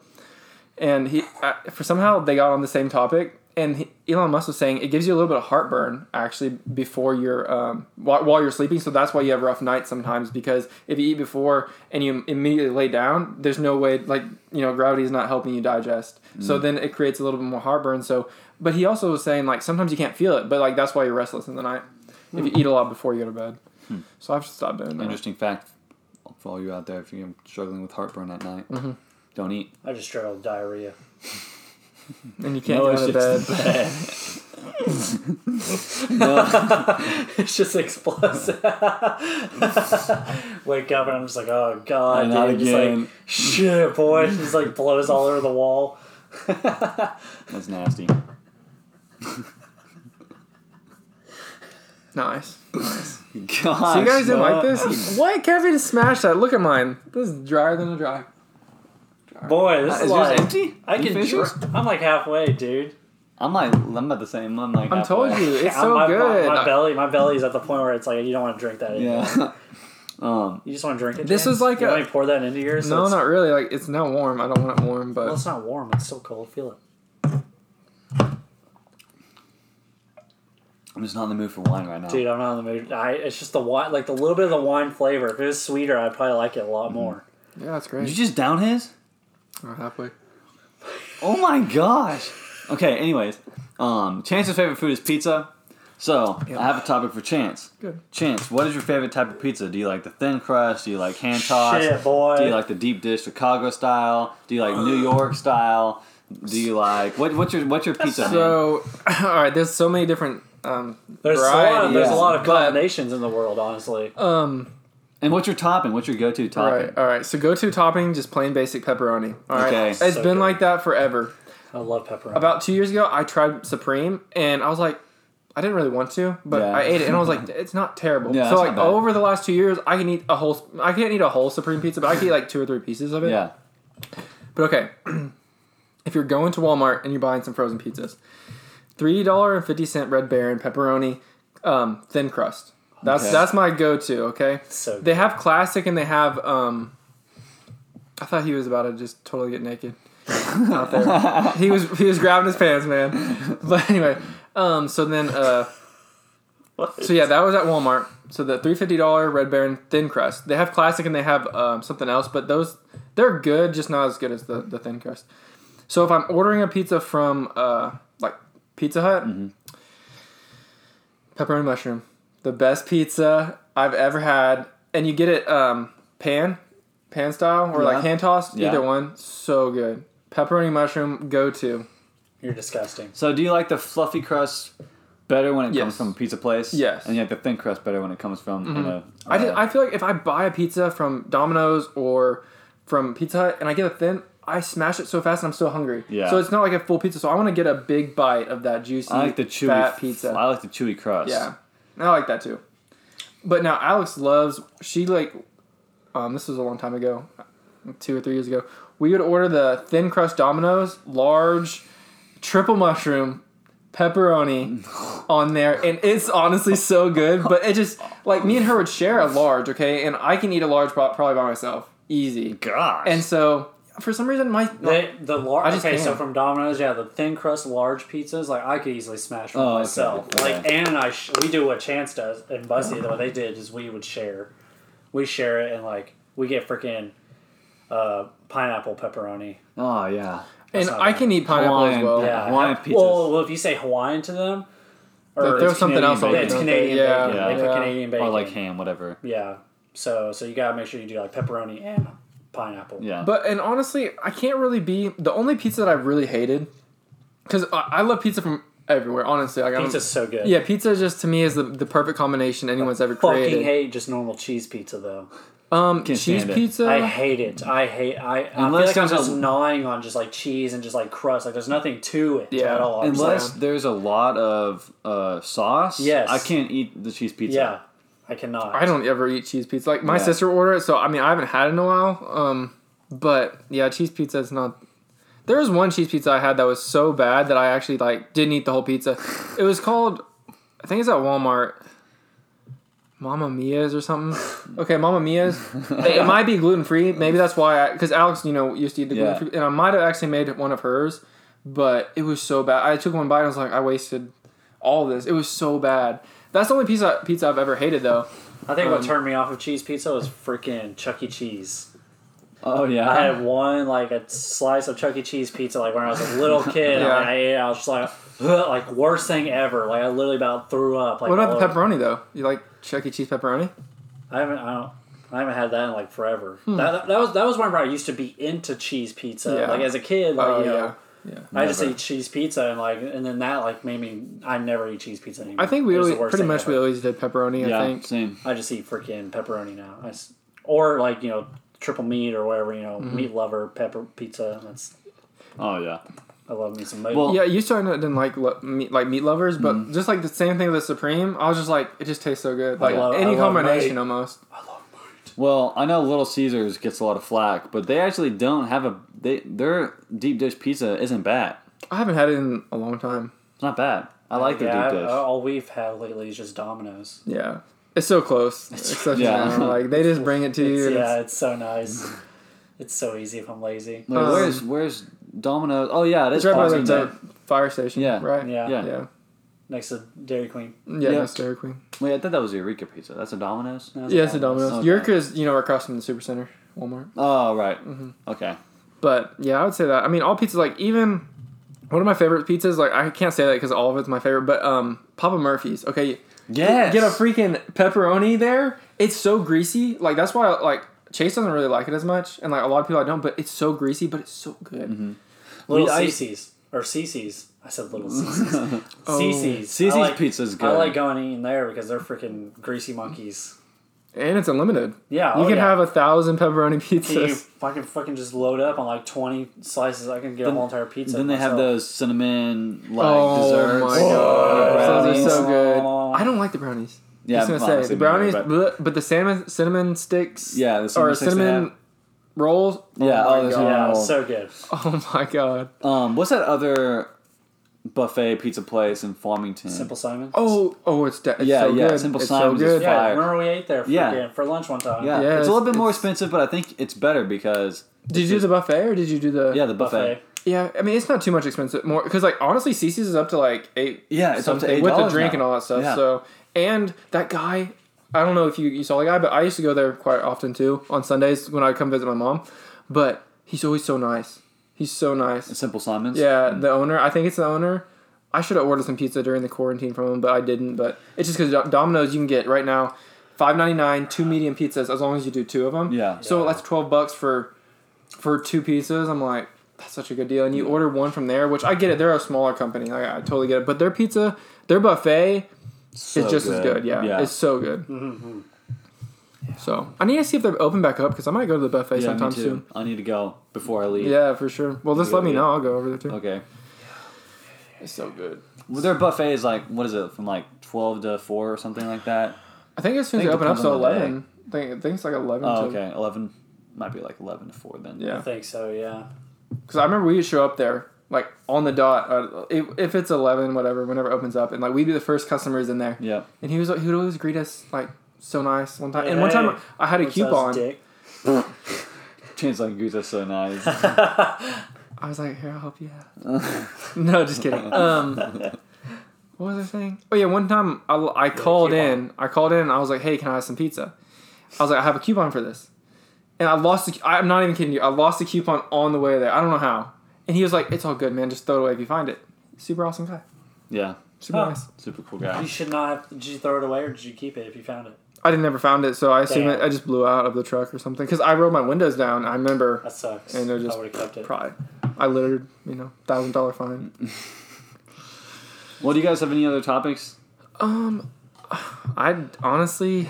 and he uh, for somehow they got on the same topic. And he, Elon Musk was saying it gives you a little bit of heartburn actually before you're um, while, while you're sleeping, so that's why you have rough nights sometimes because if you eat before and you immediately lay down, there's no way like you know gravity is not helping you digest. So then it creates a little bit more heartburn. So, but he also was saying like sometimes you can't feel it, but like that's why you're restless in the night if you eat a lot before you go to bed. So I've just stopped doing that. Interesting fact for all you out there if you're struggling with heartburn at night. Mm-hmm. Don't eat. I just struggled with diarrhea. And you can't No, get out it's of bed. just bad. it's just explosive. Wake up and I'm just like, oh god, And not dude. Just again. like, shit, boy. Just like blows all over the wall. That's nasty. Nice. Gosh, So you guys no. didn't like this? What? Kevin smashed that. Look at mine. This is drier than a dry. Boy, this Uh, is, Is yours like empty? I You can. finished Dr- yours? I'm like halfway, dude. I'm like I'm about the same. I'm like. I'm told halfway. you, it's Yeah, so my, my- good. My, belly, my belly is at the point where it's like you don't want to drink that. Anymore. Yeah. um. You just want to drink it. This James? is like you a- want me to pour that into yours. no, it's, not really. Like it's not warm. I don't want it warm, Well, but it's not warm. It's still cold. Feel it. I'm just not in the mood for wine right now. Dude, I'm not in the mood. I it's just the wine, like the little bit of the wine flavor. If it was sweeter, I'd probably like it a lot more. yeah, it's Did you great. just down his? Oh, halfway. Oh my gosh. Okay. Anyways, um, Chance's favorite food is pizza. So I have a topic for Chance. Good. Chance, what is your favorite type of pizza? Do you like the thin crust? Do you like hand Mm. toss? Shit, boy. Do you like the deep dish Chicago style? Do you like New York style? Do you like what? What's your what's your pizza? man? So, all right. There's so many different. Um, There's a lot. Of, varieties. there's a lot of But- combinations in the world, honestly. Um, And what's your topping? What's your go-to All topping? right, all right. So go to topping, just plain basic pepperoni. All right, Okay. it's So been good. like that forever. I love pepperoni. About two years ago, I tried Supreme, and I was like, I didn't really want to, but Yeah. I ate it, and I was like, it's not terrible. Yeah, so it's like not bad. over the last two years, I can eat a whole. I can't eat a whole Supreme pizza, but I can eat like two or three pieces of it. Yeah. But okay, if you're going to Walmart and you're buying some frozen pizzas, three dollar and fifty cent Red Baron pepperoni, um, thin crust. That's Okay. that's my go-to. Okay. So They have classic and they have. um I thought he was about to just totally get naked. Out there, he was he was grabbing his pants, man. But anyway, um, so then, uh, What? so yeah, that was at Walmart. So the three fifty dollar Red Baron thin crust. They have classic and they have um, something else, but those they're good, just not as good as the the thin crust. So if I'm ordering a pizza from uh, like Pizza Hut, Mm-hmm. pepperoni mushroom, the best pizza I've ever had, and you get it um, pan, pan style or Yeah. like hand tossed, Yeah. either one, so good. Pepperoni mushroom go to. You're disgusting. So do you like the fluffy crust better when it Yes. comes from a pizza place? Yes. Mm-hmm. And you like the thin crust better when it comes from you know, I just, uh, I feel like if I buy a pizza from Domino's or from Pizza Hut and I get a thin, I smash it so fast and I'm still hungry. Yeah. So it's not like a full pizza. So I want to get a big bite of that juicy I like the chewy fat f- pizza. I like the chewy crust. yeah, I like that too. But now Alex loves. She like, um, this was a long time ago, two or three years ago. We would order the thin crust Domino's, large, triple mushroom, pepperoni, on there, and it's honestly so good. But it just like me and her would share a large, okay, and I can eat a large pro- probably by myself, easy. Gosh. And so for some reason my They, the I large. just Okay, so can't. from Domino's, yeah, the thin crust large pizzas, like I could easily smash one Oh, okay, myself. okay. Like Ann and I, sh- we do what Chance does, and Buzzy though they did is we would share, we share it, and like we get freaking uh, pineapple pepperoni. oh yeah. and not I bad. can eat pineapple Hawaiian, as well. yeah. Yeah, Hawaiian pizzas. Well, well, if you say Hawaiian to them, or Like, there's something Canadian else on bacon. yeah, it. it's don't they? Canadian Yeah, bacon. Yeah. They put Canadian bacon. Or like ham, whatever. Yeah. So so you gotta make sure you do like pepperoni and pineapple. Yeah. But and honestly, I can't really be the only pizza that I really hated because I, I love pizza from everywhere. Honestly, like I'm- Pizza's so good. yeah, pizza just to me is the, the perfect combination anyone's ever Fucking created. hate just normal cheese pizza though. Um, Can't cheese stand it. pizza. I hate it. I hate. I, I feel Unless like I'm there's just a- gnawing on just like cheese and just like crust. Like there's nothing to it Yeah. at all. I'm just Unless saying. there's a lot of uh, sauce, Yes. I can't eat the cheese like, pizza. yeah, I cannot. I don't ever eat cheese pizza. Like my Yeah. sister ordered it, so I mean I haven't had it in a while. Um, but yeah, cheese pizza is not. There was one cheese pizza I had that was so bad that I actually like didn't eat the whole pizza. It was called, I think it's at Walmart. Mama Mia's or something. Okay, Mama Mia's. They- It might be gluten free. Maybe that's why. Because Alex, you know, used to eat the Yeah. gluten free, and I might have actually made one of hers, but it was so bad. I took one bite and I was like, I wasted all this. It was so bad. That's the only pizza pizza I've ever hated though. I think what Um, turned me off of cheese pizza was freaking Chuck E. Cheese. Oh yeah. I had one like a slice of Chuck E. Cheese pizza like when I was a little kid. Yeah. and I ate it. I was just like, "Ugh," like worst thing ever. Like I literally about threw up. Like What all about the over- pepperoni though? You like Chuck E. Cheese pepperoni? I haven't. I don't. I haven't had that in like forever. That, that, that was that was whenever I used to be into cheese pizza. Hmm. Yeah. Like as a kid, like Oh you know, yeah, yeah. I just Never. eat cheese pizza and like, and then that like made me. I never eat cheese pizza anymore. I think we It was always the worst pretty thing much ever. we always did pepperoni. yeah, I think. same. I just eat freaking pepperoni now. I s or like you know triple meat or whatever you know Mm-hmm. meat lover pepper pizza. That's Oh yeah. I love me some meat. Well- Yeah, you started to didn't like lo- meat, like meat lovers, but just like the same thing with the supreme, I was just like, it just tastes so good. Like love- Mm. I any love combination meat. almost. Well, I know Little Caesars gets a lot of flack, but they actually don't have a they their deep dish pizza isn't bad. I haven't had it in a long time. It's not bad. I like their yeah, oh. deep I- dish. uh, all we've had lately is just Domino's. Yeah, it's so close. It's such yeah. yeah. like they just bring it to you. It's, and yeah, it's- it's so nice. it's so easy if I'm lazy. Wait, Um, where's where's Domino's? Oh yeah, it it's is right by like, Fox the and fire station. Yeah. Right. Yeah. Yeah. Yeah. Next to Dairy Queen. Yeah. Yeah. that's Dairy Queen. Dave. Wait, I thought that was Eureka Pizza. That's a Domino's. No, Yeah, it's a Domino's. Okay. Yurka's, you know, we're across from the Supercenter, Walmart. Oh right. Mm-hmm. Okay. But yeah, I would say that. I mean, all pizzas, like even one of my favorite pizzas, like I can't say that because all of it's my favorite, but um, Papa Murphy's. Okay, Yes. get a freaking pepperoni there. It's so greasy. Like that's why like Chase doesn't really like it as much, and like a lot of people I don't. But it's so greasy, but it's so good. Mm-hmm. Little We- I- CC's. Or CC's. I said little CC's. CC's. CC's I like, Oh, pizza's good. I like going and eating there because they're freaking greasy monkeys. And it's unlimited. Yeah. you oh can yeah. have a thousand pepperoni Can you pizzas. fucking fucking just load up on like twenty slices. I can get a whole entire pizza. Then they have myself. those cinnamon like Oh desserts. my god, those are brownies. so good. Oh. I don't like the brownies. Yeah, Just gonna honestly, say the me brownies, neither, bleh, but, the cinnamon cinnamon sticks. Yeah, the cinnamon or sticks they cinnamon have. rolls. Yeah, oh oh, my there's god. one. Yeah, Oh. so good. Oh my god. Um, what's that other buffet pizza place in Farmington? Simple Simon. Oh, oh, it's, de- it's Yeah, so yeah, good. Simple it's Simon's so is good. yeah. fire. Remember we ate there for, Yeah. yeah, for lunch one time. Yeah, Yeah, it's a little it's- bit more it's- expensive, but I think it's better because Did you do the buffet or did you do the? yeah, the buffet. Buffet. Yeah, I mean it's not too much expensive. More because like honestly, Cece's is up to like eight. Yeah, it's up to something with the $8 drink now. and all that stuff. Yeah. So and that guy, I don't know if you, you saw the guy, but I used to go there quite often too on Sundays when I would come visit my mom. But he's always so nice. He's so nice. Simple Simons. Yeah, the owner. I think it's the owner. I should have ordered some pizza during the quarantine from him, but I didn't. But it's just because Domino's you can get right now, five ninety nine, two medium pizzas as long as you do two of them. Yeah. So Yeah. that's twelve bucks for for two pizzas. I'm like, that's such a good deal. And you order one from there, which I get it. They're a smaller company. Like, I totally get it. But their pizza, their buffet So is just as good. Yeah, yeah. it's so good. So I need to see if they're open back up because I might go to the buffet Yeah, me sometime too. soon. I need to go before I leave. Yeah, for sure. Well, just Yeah, let me yeah. know. I'll go over there too. Okay. It's so good. Well, their buffet is like what is it from like twelve to four or something like that. I think as soon as I they think open up, it so depends on the eleven. I think, I think it's like eleven. Oh, to, okay, eleven might be like eleven to four then. I Yeah, think so. Yeah. because I remember we would show up there like on the dot. Uh, if, if it's eleven, whatever, whenever it opens up, and like we'd be the first customers in there. Yep. And he was he would always greet us like so nice. One time, and one time Hey. I had a Which sounds coupon. dick. Chance like Goose is so nice. I was like, here, I'll help you out. no, just kidding. Um, what was I saying? Oh yeah, one time I, I called coupon. in. I called in. and I was like, hey, can I have some pizza? I was like, I have a coupon for this, and I lost. The, I'm not even kidding you. I lost the coupon on the way there. I don't know how. And he was like, it's all good, man. Just throw it away if you find it. Super awesome guy. yeah. Super Huh. nice. Super cool You guy. should not have. Did you throw it away or did you keep it if you found it? I didn't ever found it, so I assume Damn. it, I just blew out of the truck or something. Cause I rolled my windows down. I remember That sucks. And they're just I would have kept it. probably I littered, you know, thousand dollar fine. Well, do you guys have any other topics? Um, I honestly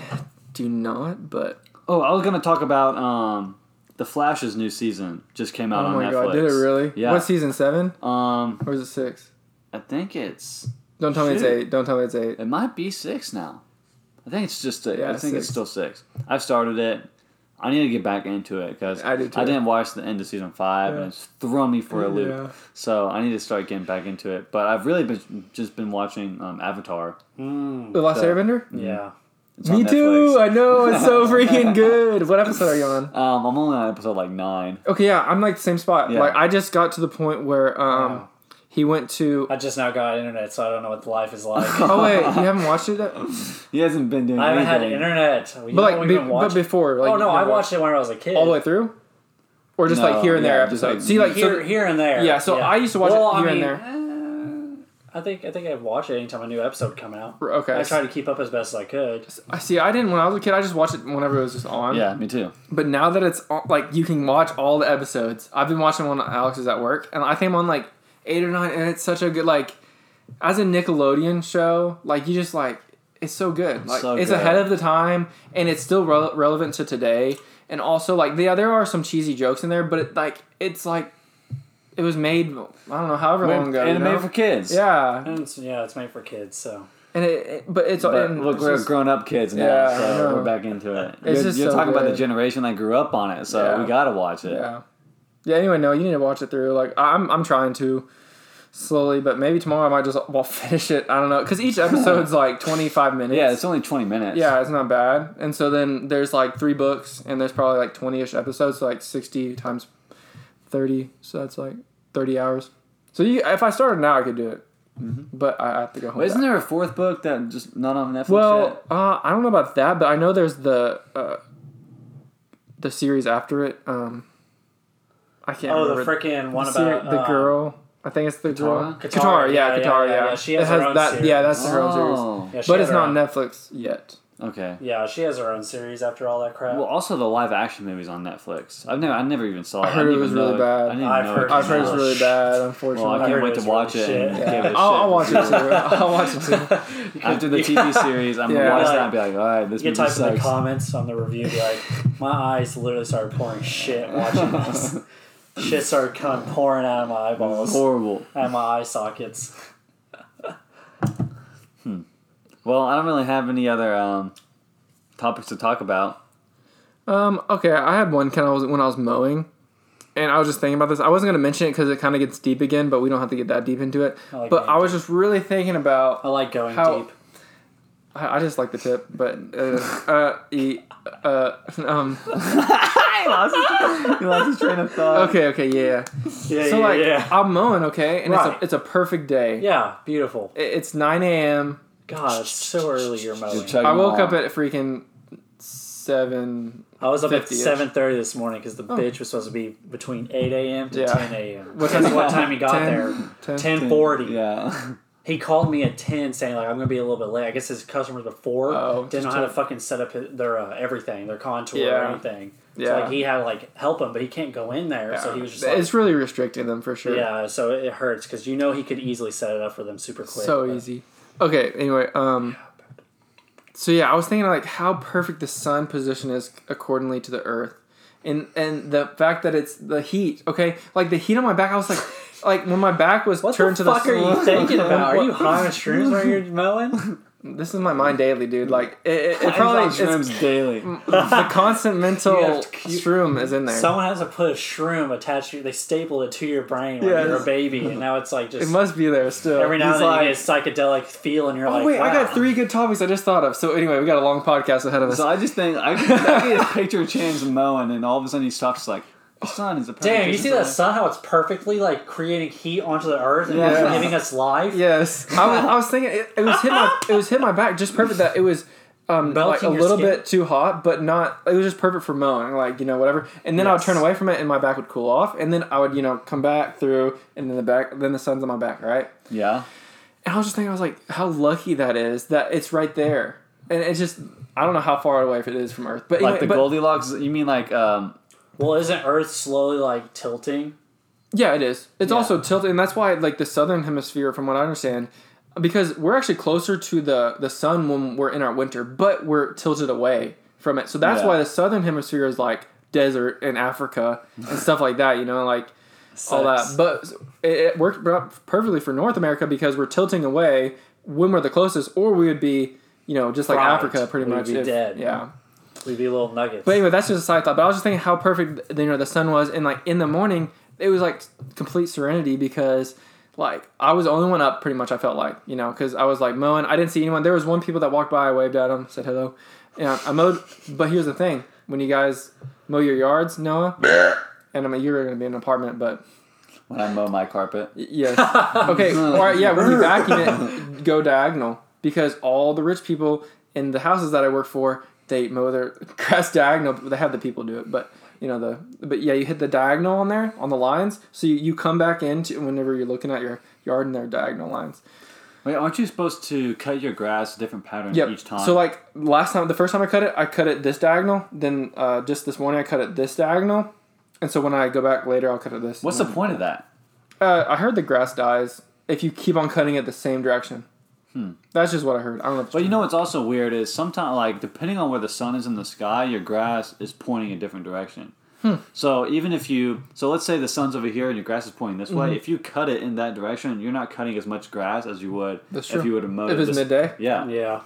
do not, but Oh, I was gonna talk about um, the Flash's new season just came out Oh on my Netflix. god, did it really? Yeah. What season seven Um, or is it six? I think it's Don't tell me it's Shoot. eight. Don't tell me it's eight. it might be six now. I think it's just a, Yeah, I think six. it's still six. I started it. I need to get back into it because I do, too. didn't watch the end of season five Yeah. and it's thrown me for a loop. Yeah. So I need to start getting back into it. But I've really been just been watching um, Avatar. The Last The- Airbender. Yeah. It's on Me too. Netflix. I know it's so freaking good. What episode are you on? Um, I'm only on episode like nine. Okay, yeah, I'm like the same spot. Yeah. Like I just got to the point where um Wow. he went to. I just now got internet, so I don't know what life is like. Oh wait, you haven't watched it yet? He hasn't been doing. I haven't had anything. internet. Well, you But know like, we've be, been but watching- before, like, oh no, you I never- watched it when I was a kid. all the way through, or just No, like here and there yeah, just, episodes. like, See, like so- here, here and there. yeah, so I used to watch it well, here I mean, and there. eh, I think I think I watched it anytime a new episode come out. Okay. I tried to keep up as best as I could. I see. I didn't when I was a kid. I just watched it whenever it was just on. Yeah, me too. But now that it's on, like you can watch all the episodes. I've been watching one. Alex is at work, and I think I'm on like eight or nine, and it's such a good like as a Nickelodeon show. Like you just like it's so good. Like so it's good. ahead of the time, and it's still rele- relevant to today. And also like yeah, there are some cheesy jokes in there, but it, like it's like it was made I don't know however long ago. you Anime know? for kids. yeah, And it's, yeah, it's made for kids, so and it, it- but it's But and look, it's we're just- grown up kids now, Yeah, I so know. we're back into it. It's you're just you're so talking about the good. generation that grew up on it, so Yeah. we gotta watch it. Yeah. Yeah. Anyway, no, you need to watch it through. Like I- I'm, I'm trying to slowly, but maybe tomorrow I might just well finish it. I don't know, because each episode's like 25 minutes. Yeah, it's only 20 minutes. yeah, it's not bad. And so then there's like three books, and there's probably like 20ish episodes, so like 60 times 30, so that's like 30 hours. So you, if I started now, I could do it, but I I have to go home. But Mm-hmm. isn't back. there a fourth book that just not on Netflix Well, yet? uh, I don't know about that, but I know there's the uh, the series after it. Um, I can't. oh, remember the freaking one the, about ser- the uh, girl. I think it's the girl. Katara? Katara, yeah, Katara, yeah. She has it her has own that. series. Yeah, that's her own Oh, Yeah, series. she But has it's her not own- Netflix yet. okay. Yeah, she has her own series after all that crap. Well, also the live action movies on Netflix. I've never, I never even saw it. I heard didn't it was even know really bad. I didn't even I've know heard it I've heard it's came out. really bad, Well, I unfortunately. can't heard wait it to was watch really it. And shit. give it a I'll, shit. I'll watch it too. I'll watch it too. After the TV series, I'm Yeah. gonna watch Like, that and be like, all right, this you movie can type in sucks. the comments on the review, be like, my eyes literally started pouring shit watching this. shit started coming pouring out of my eyeballs, out Horrible. of my eye sockets. Well, I don't really have any other um, topics to talk about. Um, okay, I had one kind of when I was mowing, and I was just thinking about this. I wasn't gonna mention it because it kind of gets deep again, but we don't have to get that deep into it. I like but being I was just really thinking about I like going How- deep. I, I just like the tip, but uh, uh, e, uh, um, He lost his, he lost his train of thought. okay, okay, yeah. Yeah, So yeah, like, yeah. I'm mowing, okay, and Right. it's a it's a perfect day. Yeah, beautiful. It- It's 9 a.m. God, it's so early you're mowing. Just chug I them woke all. up at freaking seven. I was up at 50-ish. seven thirty this morning because the bitch was supposed to be between eight a.m. to Oh. Yeah. ten a.m. What Guess time- what time he got 10? there? 10? Ten forty. Yeah. He called me at ten saying like I'm gonna be a little bit late. I guess his customers before Oh, didn't know just how to took- fucking set up his, their uh, everything, their contour or Yeah. anything. So Yeah. like he had to like help him, but he can't go in there. So he was just it's like, really restricting them for sure. yeah. So it hurts because you know he could easily set it up for them super quick. so but- easy. Okay, anyway, um, so yeah, I was thinking like how perfect the sun position is accordingly to the earth. And, and the fact that it's the heat, okay, like the heat on my back, I was like, like when my back was What turned the to fuck the are you sun- thinking about? Are you high on shrooms when you're mowing? This is my mind daily, dude. Like it, it, it I probably probably it's, shrooms daily. the constant mental You have to keep- shroom is in there. Someone has to put a shroom attached to you. They staple it to your brain when Yes. you're a baby, and now it's like it just must be there still. every now He's and then like- you get a psychedelic feel, and you're oh like, wait, I wow. got three good topics I just thought of. So anyway, we got a long podcast ahead of us. So I just think I, I can just picture Chance mowing, and all of a sudden he stops just like, "The sun is a perfect Damn, you see that example." sun? How it's perfectly like creating heat onto the earth and Yeah. giving us life, yes, I was, I was thinking it, it was hit my it was hit my back just perfect that it was. Um, like Melting a your little skin. bit too hot, but not. It was just perfect for mowing, like you know, whatever. And then I would Yes. turn away from it, and my back would cool off. And then I would, you know, come back through, and then the back, then the sun's on my back, right? Yeah, And I was just thinking, I was like, how lucky that is that it's right there. And it's just, I don't know how far away it is from Earth, but like anyway, the but- Goldilocks. You mean like um, Well, isn't Earth slowly like tilting? yeah, it is. It's Yeah. also tilted, and that's why like the southern hemisphere, from what I understand, because we're actually closer to the the sun when we're in our winter, but we're tilted away from it. So that's Yeah. why the southern hemisphere is like desert and Africa and stuff like that. You know, like all that. Sucks. But it, it worked out perfectly for North America because we're tilting away when we're the closest, or we would be, you know, just like Fried. Africa, pretty We'd much. be if- dead. Yeah. We'd be little nuggets. But anyway, that's just a side thought. But I was just thinking how perfect you know the sun was, and like in the morning, it was like complete serenity because like I was the only one up. Pretty much, I felt like you know because I was like mowing. I didn't see anyone. There was one people that walked by. I waved at him, said hello, and I, I mowed. But here's the thing: when you guys mow your yards, Noah, and I mean you're gonna be in an apartment, but when I mow my carpet. y- yes, okay, Uh, all right, yeah. When you vacuum it, go diagonal because all the rich people in the houses that I work for. They mow their grass diagonal. They have the people do it, but you know the but yeah you hit the diagonal on there on the lines so you, you come back in to, whenever you're looking at your yard and their diagonal lines Wait, aren't you supposed to cut your grass different pattern yep each time? so like last time the first time i cut it i cut it this diagonal then uh, just this morning i cut it this diagonal and so when i go back later i'll cut it this what's the point of that? uh, i heard the grass dies if you keep on cutting it the same direction that's just what i heard i don't know if it's But Hmm. you know what's also weird is sometimes, like, depending on where the sun is in the sky, your grass is pointing a different direction. Hmm. So even if you, so let's say the sun's over here and your grass is pointing this Mm-hmm. way. If you cut it in that direction, you're not cutting as much grass as you would That's if true. you would have mowed If it it's this- midday. Yeah. yeah.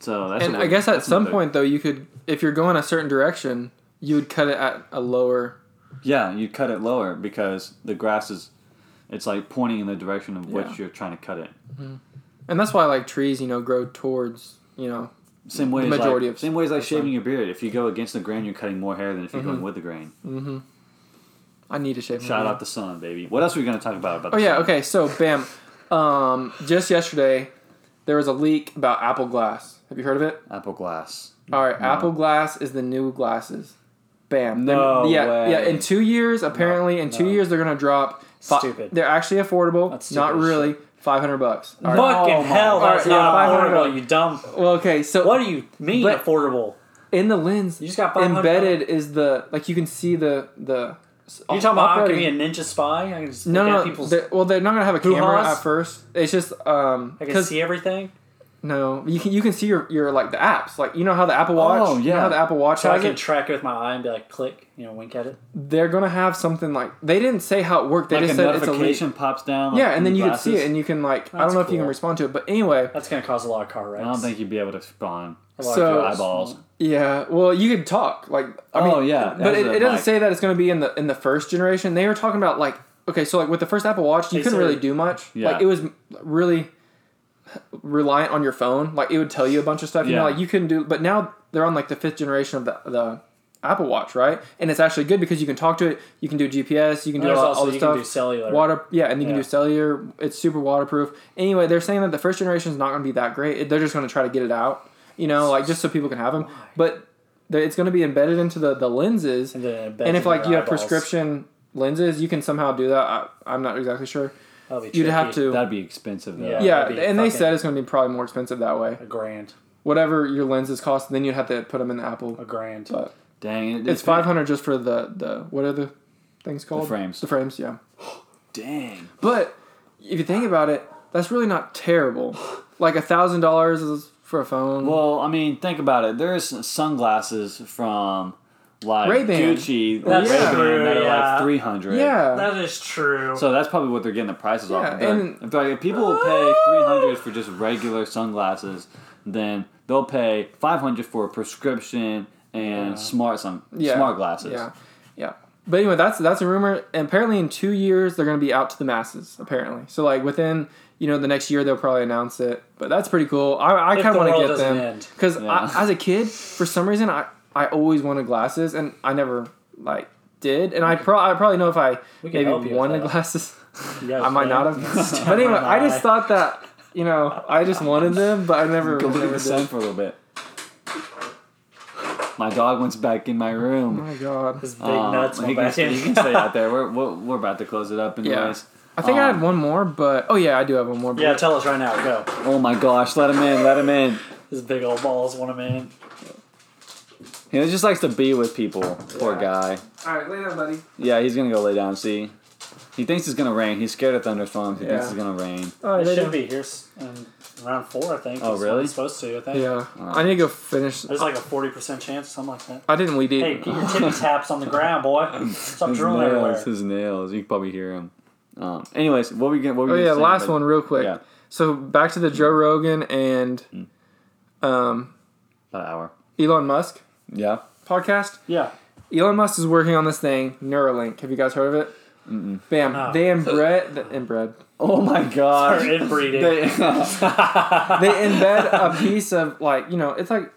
So that's. and a I weird- guess at that's some another- point though, you could if you're going a certain direction, you would cut it at a lower. Yeah, you cut it lower because the grass is, it's like pointing in the direction of Yeah. which you're trying to cut it. And that's why like trees, you know, grow towards you know. Same way, The Mm-hmm. as majority like, of- same way as like shaving your beard. If you go against the grain, you're cutting more hair than if you're going with the grain. I need to shave. my Shout beard. out the sun, baby. What else are we gonna talk about? About Oh the yeah. sun? Okay. So bam, um, just yesterday there was a leak about Apple Glass. Have you heard of it? Apple Glass. All right. Apple Glass is the new glasses. Bam. They're- No yeah. way. Yeah. In two years, apparently, in two no. years they're gonna drop. fi- Stupid. They're actually affordable. That's not stupid as really. Five hundred bucks. All right. Fucking Oh my- hell, that's Alright, yeah, not 500. affordable, you dumb. Well, okay. So What do you mean But- affordable? in the lens You just got 500 embedded is the like you can see the the You're talking about I could be a operating- ninja spy? I can just no look no, at no people's. they're- well they're not gonna have a camera Hoo-has? at first it's just um I can because see everything. no you can you can see your, your like the apps like you know how the Apple Watch Oh, you know yeah. how the Apple Watch So I has can it track it with my eye and be like, click, you know, wink at it. they're gonna have something like they didn't say how it worked they Like a just said it's a leak notification pops down. like, yeah and then you can see glasses. it and you can like I don't That's know if you cool. can respond to it but anyway That's gonna cause a lot of car wrecks. I don't think you'd be able to spawn A lot of So- girls. eyeballs. yeah well you could talk like I mean, Oh, yeah, but as it, a it doesn't mic. say that it's gonna be in the in the first generation they were talking about like okay so like with the first Apple Watch you They couldn't said- really do much Yeah. like it was really reliant on your phone. Like it would tell you a bunch of stuff. You know, Yeah. like you couldn't do. But now they're on like the fifth generation of the the Apple Watch, right? And it's actually good because you can talk to it. You can do GPS. You can do There's all, also- all the you stuff. can do cellular. Water, yeah, and you can Yeah. do cellular. It's super waterproof. Anyway, they're saying that the first generation is not going to be that great. It- They're just going to try to get it out. You know, like just so people can have them. But the- it's going to be embedded into the the lenses. And, then And if like you have prescription, prescription lenses, you can somehow do that. I, I'm not exactly sure. you'd You'd have to. That'd be expensive though. Yeah. Yeah, That'd be and they fucking- said it's going to be probably more expensive that way. a grand, Whatever your lenses cost, then you'd have to put them in the Apple. a grand. But Dang it. it's five hundred just for the the what are the things called? frames. The frames, yeah. Dang. But if you think about it, that's really not terrible. Like a thousand dollars is for a phone. Well, I mean, think about it. There's sunglasses from like Ray-Ban. Gucci, That's Ray-Ban true, that are yeah. like three hundred. yeah. that is true. So that's probably what they're getting the prices off. Yeah, of. They're like- and- if, like, if people will pay three hundred for just regular sunglasses, then they'll pay five hundred for a prescription and smart sun yeah. smart glasses. Yeah, yeah. But anyway, that's that's a rumor. And apparently, in two years, they're going to be out to the masses. Apparently, so like within you know the next year, they'll probably announce it. But that's pretty cool. I, I If kind of the want world to get doesn't them end. because Yeah. as a kid, for some reason, I I always wanted glasses, and I never like did. And I pro- I probably know if I We can maybe help you with wanted that. glasses, You guys I can. might not have. but anyway, I just thought that. You know, I just wanted them, but I never. Go look at never the did. sun for a little bit. My dog went back in my room. Oh my god! His big Um, nuts he, went can, back in. he can stay out there. We're, we're, we're about to close it up, anyways. Yeah. I think I had one more, but oh yeah, I do have one more. But yeah, tell us right now. Go. Oh my gosh, let him in, let him in. His big old balls want him in. He just likes to be with people. Poor Yeah. guy. All right, lay down, buddy. Yeah, he's gonna go lay down. See, he thinks it's gonna rain. He's scared of thunderstorms. He Yeah. thinks it's gonna rain. All right, It lay should down. be here s- in round four, I think. Oh, is really? When it's supposed to, I think. Yeah, I need to go finish. There's like a 40% chance, something like that. I didn't weed eat. Hey, get your tippy taps on the ground, boy. Stop His drooling nails, everywhere. his nails. You can probably hear him. Um, anyways, what we get? What we Oh gonna yeah, say last about- one real quick. Yeah. So back to the Joe Mm. Rogan and um, About an hour. Elon Musk Yeah. podcast. Yeah. Elon Musk is working on this thing, Neuralink. Have you guys heard of it? Bam. They inbred, the, inbred. Oh my Or god. inbreeding. They- They embed a piece of like you know, it's like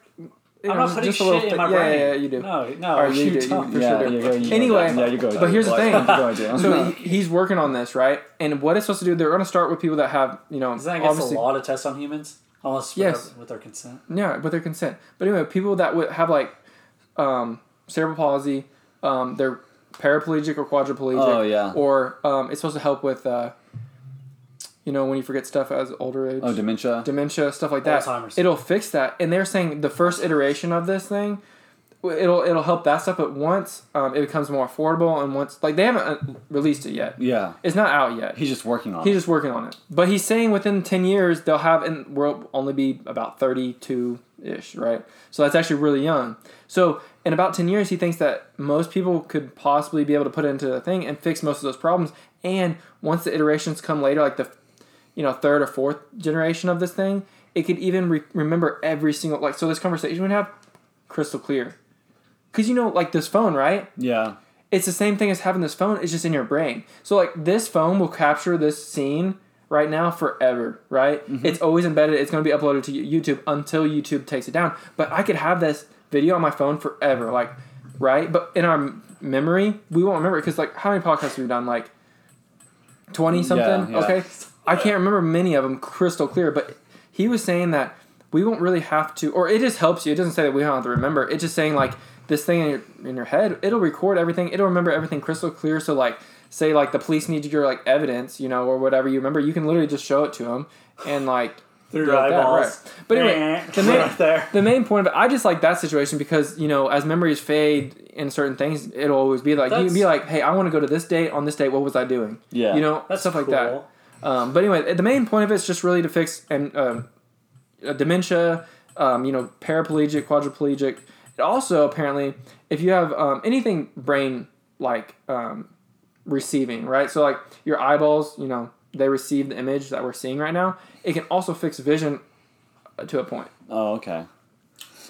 you I'm know, not putting just a shit little in thing. my yeah, brain. yeah, yeah, you do. No, no. Or you you do, you- don't. for yeah, sure do. yeah, yeah, you go, Anyway, yeah, you go, but here's the thing. Keep going, Dan. So he, he's working on this, right? And what it's supposed to do, they're going to start with people that have, you know, Isn't that against the obviously, law to test on humans? Unless with, Yes. their, with their consent. yeah, with their consent. But anyway, people that would have like um, cerebral palsy, um, they're paraplegic or quadriplegic. Oh, yeah. Or um, it's supposed to help with, uh, you know, when you forget stuff as older age. oh, dementia. dementia, stuff like that. Alzheimer's. It'll fix that. And they're saying the first iteration of this thing, it'll it'll help that stuff. But once um, it becomes more affordable, and once like they haven't uh, released it yet, yeah. it's not out yet. He's just working on He's it. just working on it. But he's saying within ten years they'll have and we'll only be about thirty two ish, right? So that's actually really young. So in about ten years he thinks that most people could possibly be able to put it into the thing and fix most of those problems. And once the iterations come later, like the you know, third or fourth generation of this thing, it could even re- remember every single like so this conversation would have crystal clear. Cause you know, like this phone, right? Yeah. it's the same thing as having this phone. It's just in your brain. So like this phone will capture this scene right now forever, right? It's always embedded. It's going to be uploaded to Y- YouTube until YouTube takes it down. But I could have this video on my phone forever, like right? But in our m- memory, we won't remember because like how many podcasts we've done, like twenty something. yeah. Okay, I can't remember many of them crystal clear. But he was saying that we won't really have to, or it just helps you. It doesn't say that we don't have to remember. It's just saying like this thing in your in your head, it'll record everything. It'll remember everything crystal clear. So like, say like the police need your like evidence, you know, or whatever you remember, you can literally just show it to them and like Through do it like that, eyeballs. right. But anyway, Eh, the main, right there. the main point of it, I just like that situation because you know, as memories fade in certain things, it'll always be like you can be That's- like, hey, I want to go to this date on this date. What was I doing? Yeah. you know, That's stuff like cool. that. Um, but anyway, the main point of it is just really to fix and um, uh, dementia. Um, you know, paraplegic, quadriplegic. It also apparently, if you have um, anything brain like um, receiving, right? So like your eyeballs, you know, they receive the image that we're seeing right now. It can also fix vision uh, to a point. Oh, okay.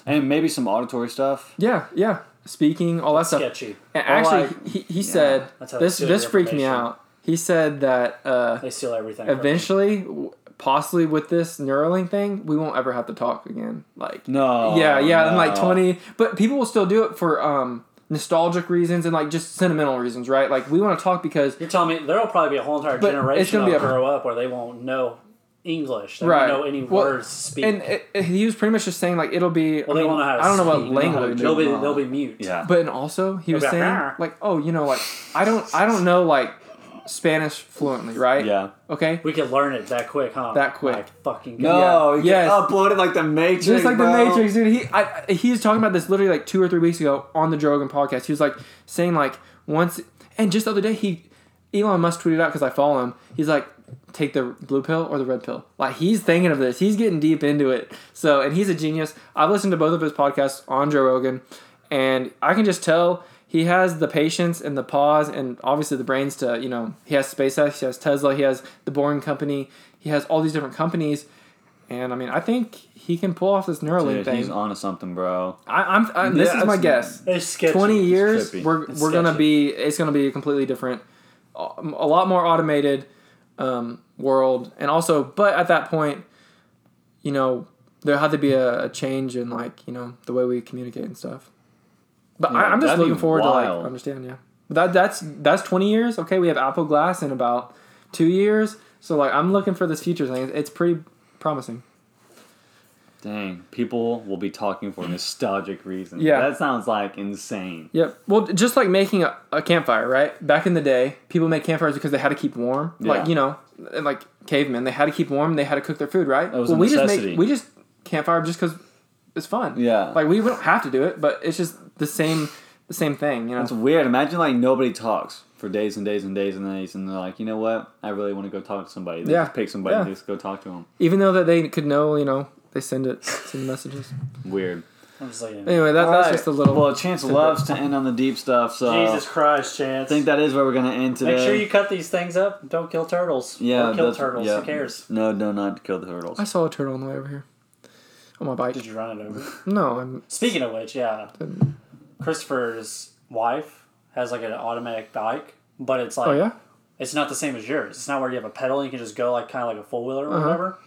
And maybe some auditory stuff. Yeah, yeah. Speaking, all that stuff. Sketchy. And Or, actually, like- he, he said that's how they this. steal This your freaked me information. out. He said that uh, They steal everything. from eventually, w- possibly with this Neuralink thing, we won't ever have to talk again. Like, No. yeah, yeah, in like no. twenty, but people will still do it for um nostalgic reasons and like just sentimental reasons, right? Like, we want to talk because You're telling me there'll probably be a whole entire But it's generation gonna be that'll a- grow up where they won't know English. They Right. won't know any Well, words to speak. and it, it- he was pretty much just saying like it'll be. well, they I, mean, won't know how to I don't know what speak. They won't know how to language. They'll be they'll be mute. Yeah. But and also he was About saying there. like, oh, you know, like I don't I don't know like Spanish fluently, right? yeah. Okay. We could learn it that quick, huh? That quick. My fucking God. No. You Yes. yes. upload it like the Matrix. Just like bro. the Matrix, dude. He I, he's talking about this literally like two or three weeks ago on the Joe Rogan podcast. He was like saying like once and just the other day he Elon Musk tweeted out because I follow him. He's like, take the blue pill or the red pill. Like he's thinking of this. He's getting deep into it. So and he's a genius. I've listened to both of his podcasts on Joe Rogan, and I can just tell. He has the patience and the pause, and obviously the brains to, you know, he has SpaceX, he has Tesla, he has the Boring Company, he has all these different companies. And I mean, I think he can pull off this Neuralink Dude, thing. he's onto something, bro. I, I'm, i this Yeah, is my it's- guess. It's sketchy. Twenty years, trippy. we're It's we're gonna sketchy. be it's gonna be a completely different, a a lot more automated um, world, and also, but at that point, you know, there had to be a, a change in like you know the way we communicate and stuff. But Yeah, I, I'm just that'd be looking forward to wild. like understand, yeah. But that that's that's twenty years. Okay, we have Apple Glass in about two years, so like I'm looking for this future thing. It's pretty promising. Dang. People will be talking for nostalgic reasons. Yeah. That sounds like insane. Yep. Well, just like making a, a campfire, right? Back in the day, people made campfires because they had to keep warm. Yeah. Like you know, like cavemen, they had to keep warm. They had to cook their food, right? was well, a we just necessity. make we just campfire just because it's fun. Yeah. Like we, we don't have to do it, but it's just the same the same thing, you know. It's weird. Imagine like nobody talks for days and days and days and days, and they're like, you know what? I really want to go talk to somebody. They Yeah. just pick somebody and Yeah. just go talk to them. Even though that they could know, you know, they send it, send the messages. Weird. I'm just like, Anyway, that, that's Alright. just a little. Well, Chance loves to end on the deep stuff, so Jesus Christ, Chance. I Uh, think that is where we're gonna end today. Make sure you cut these things up. Don't kill turtles. yeah, Or kill that's- turtles. yeah. Who cares? No, no, not kill the turtles. I saw a turtle on the way over here. On my bike. Did you run it over? No, I'm. Speaking of which, yeah, Christopher's wife has like an automatic bike, but it's like Oh yeah. it's not the same as yours. It's not where you have a pedal and you can just go like kind of like a four wheeler or Uh-huh. whatever.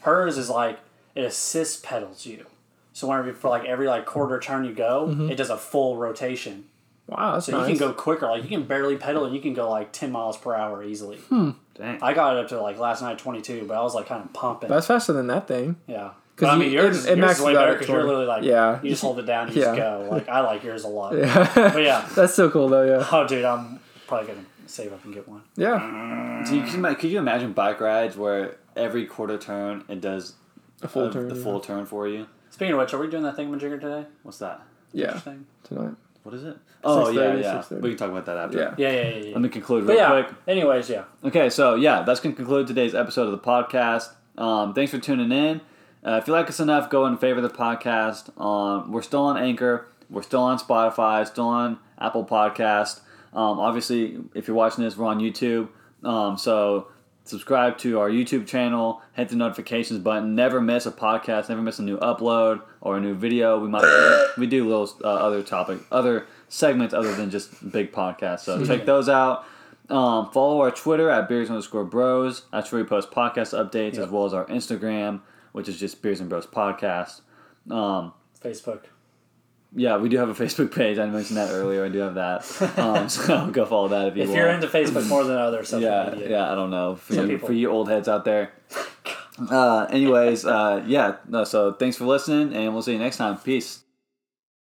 Hers is like it assist pedals you. So whenever for like every like quarter turn you go, it does a full rotation. Wow, that's So Mm-hmm. nice. you can go quicker. Like you can barely pedal and you can go like ten miles per hour easily. Hmm. Dang. I got it up to like last night twenty two, but I was like kind of pumping. That's faster than that thing. yeah. 'Cause But, I you- mean, yours, it- it is- yours is maxes way out better at because you're 20. literally like, Yeah. you just hold it down and you just Yeah. go. Like, I like yours a lot. Yeah. But yeah, that's so cool though. Yeah. oh, dude, I'm probably going to save up and get one. Uh, Yeah. Do you, could, you, ima- could you imagine bike rides where every quarter turn it does A full a- turn. uh, the yeah. full turn for you? Speaking of which, are we doing that thingamajigger today? What's that? Yeah. Interesting. Tonight. What is it? Oh yeah, 6:30, yeah. 6:30. We can talk about that after. Yeah. Yeah, yeah, yeah. yeah. Let me conclude But real yeah, quick. anyways, yeah. Okay, so yeah, that's going to conclude today's episode of the podcast. Um, thanks for tuning in. Uh, if you like us enough, go and favor the podcast. Um, we're still on Anchor. We're still on Spotify. Still on Apple Podcast. Um, obviously, if you're watching this, we're on YouTube. Um, so subscribe to our YouTube channel. Hit the notifications button. Never miss a podcast. Never miss a new upload or a new video. We might we do little uh, other topic, other segments other than just big podcasts. So check those out. Um, follow our Twitter at beers underscore bros. That's where we post podcast updates as well as our Instagram, which is just beers and bros podcast. Um, Facebook. yeah, we do have a Facebook page. I mentioned that earlier. I do have that. Um, so go follow that if you If want. you're into Facebook more than other social yeah, media. yeah, I don't know. For you, people. for you old heads out there. Uh, anyways, uh, yeah, no, so thanks for listening, and we'll see you next time. Peace.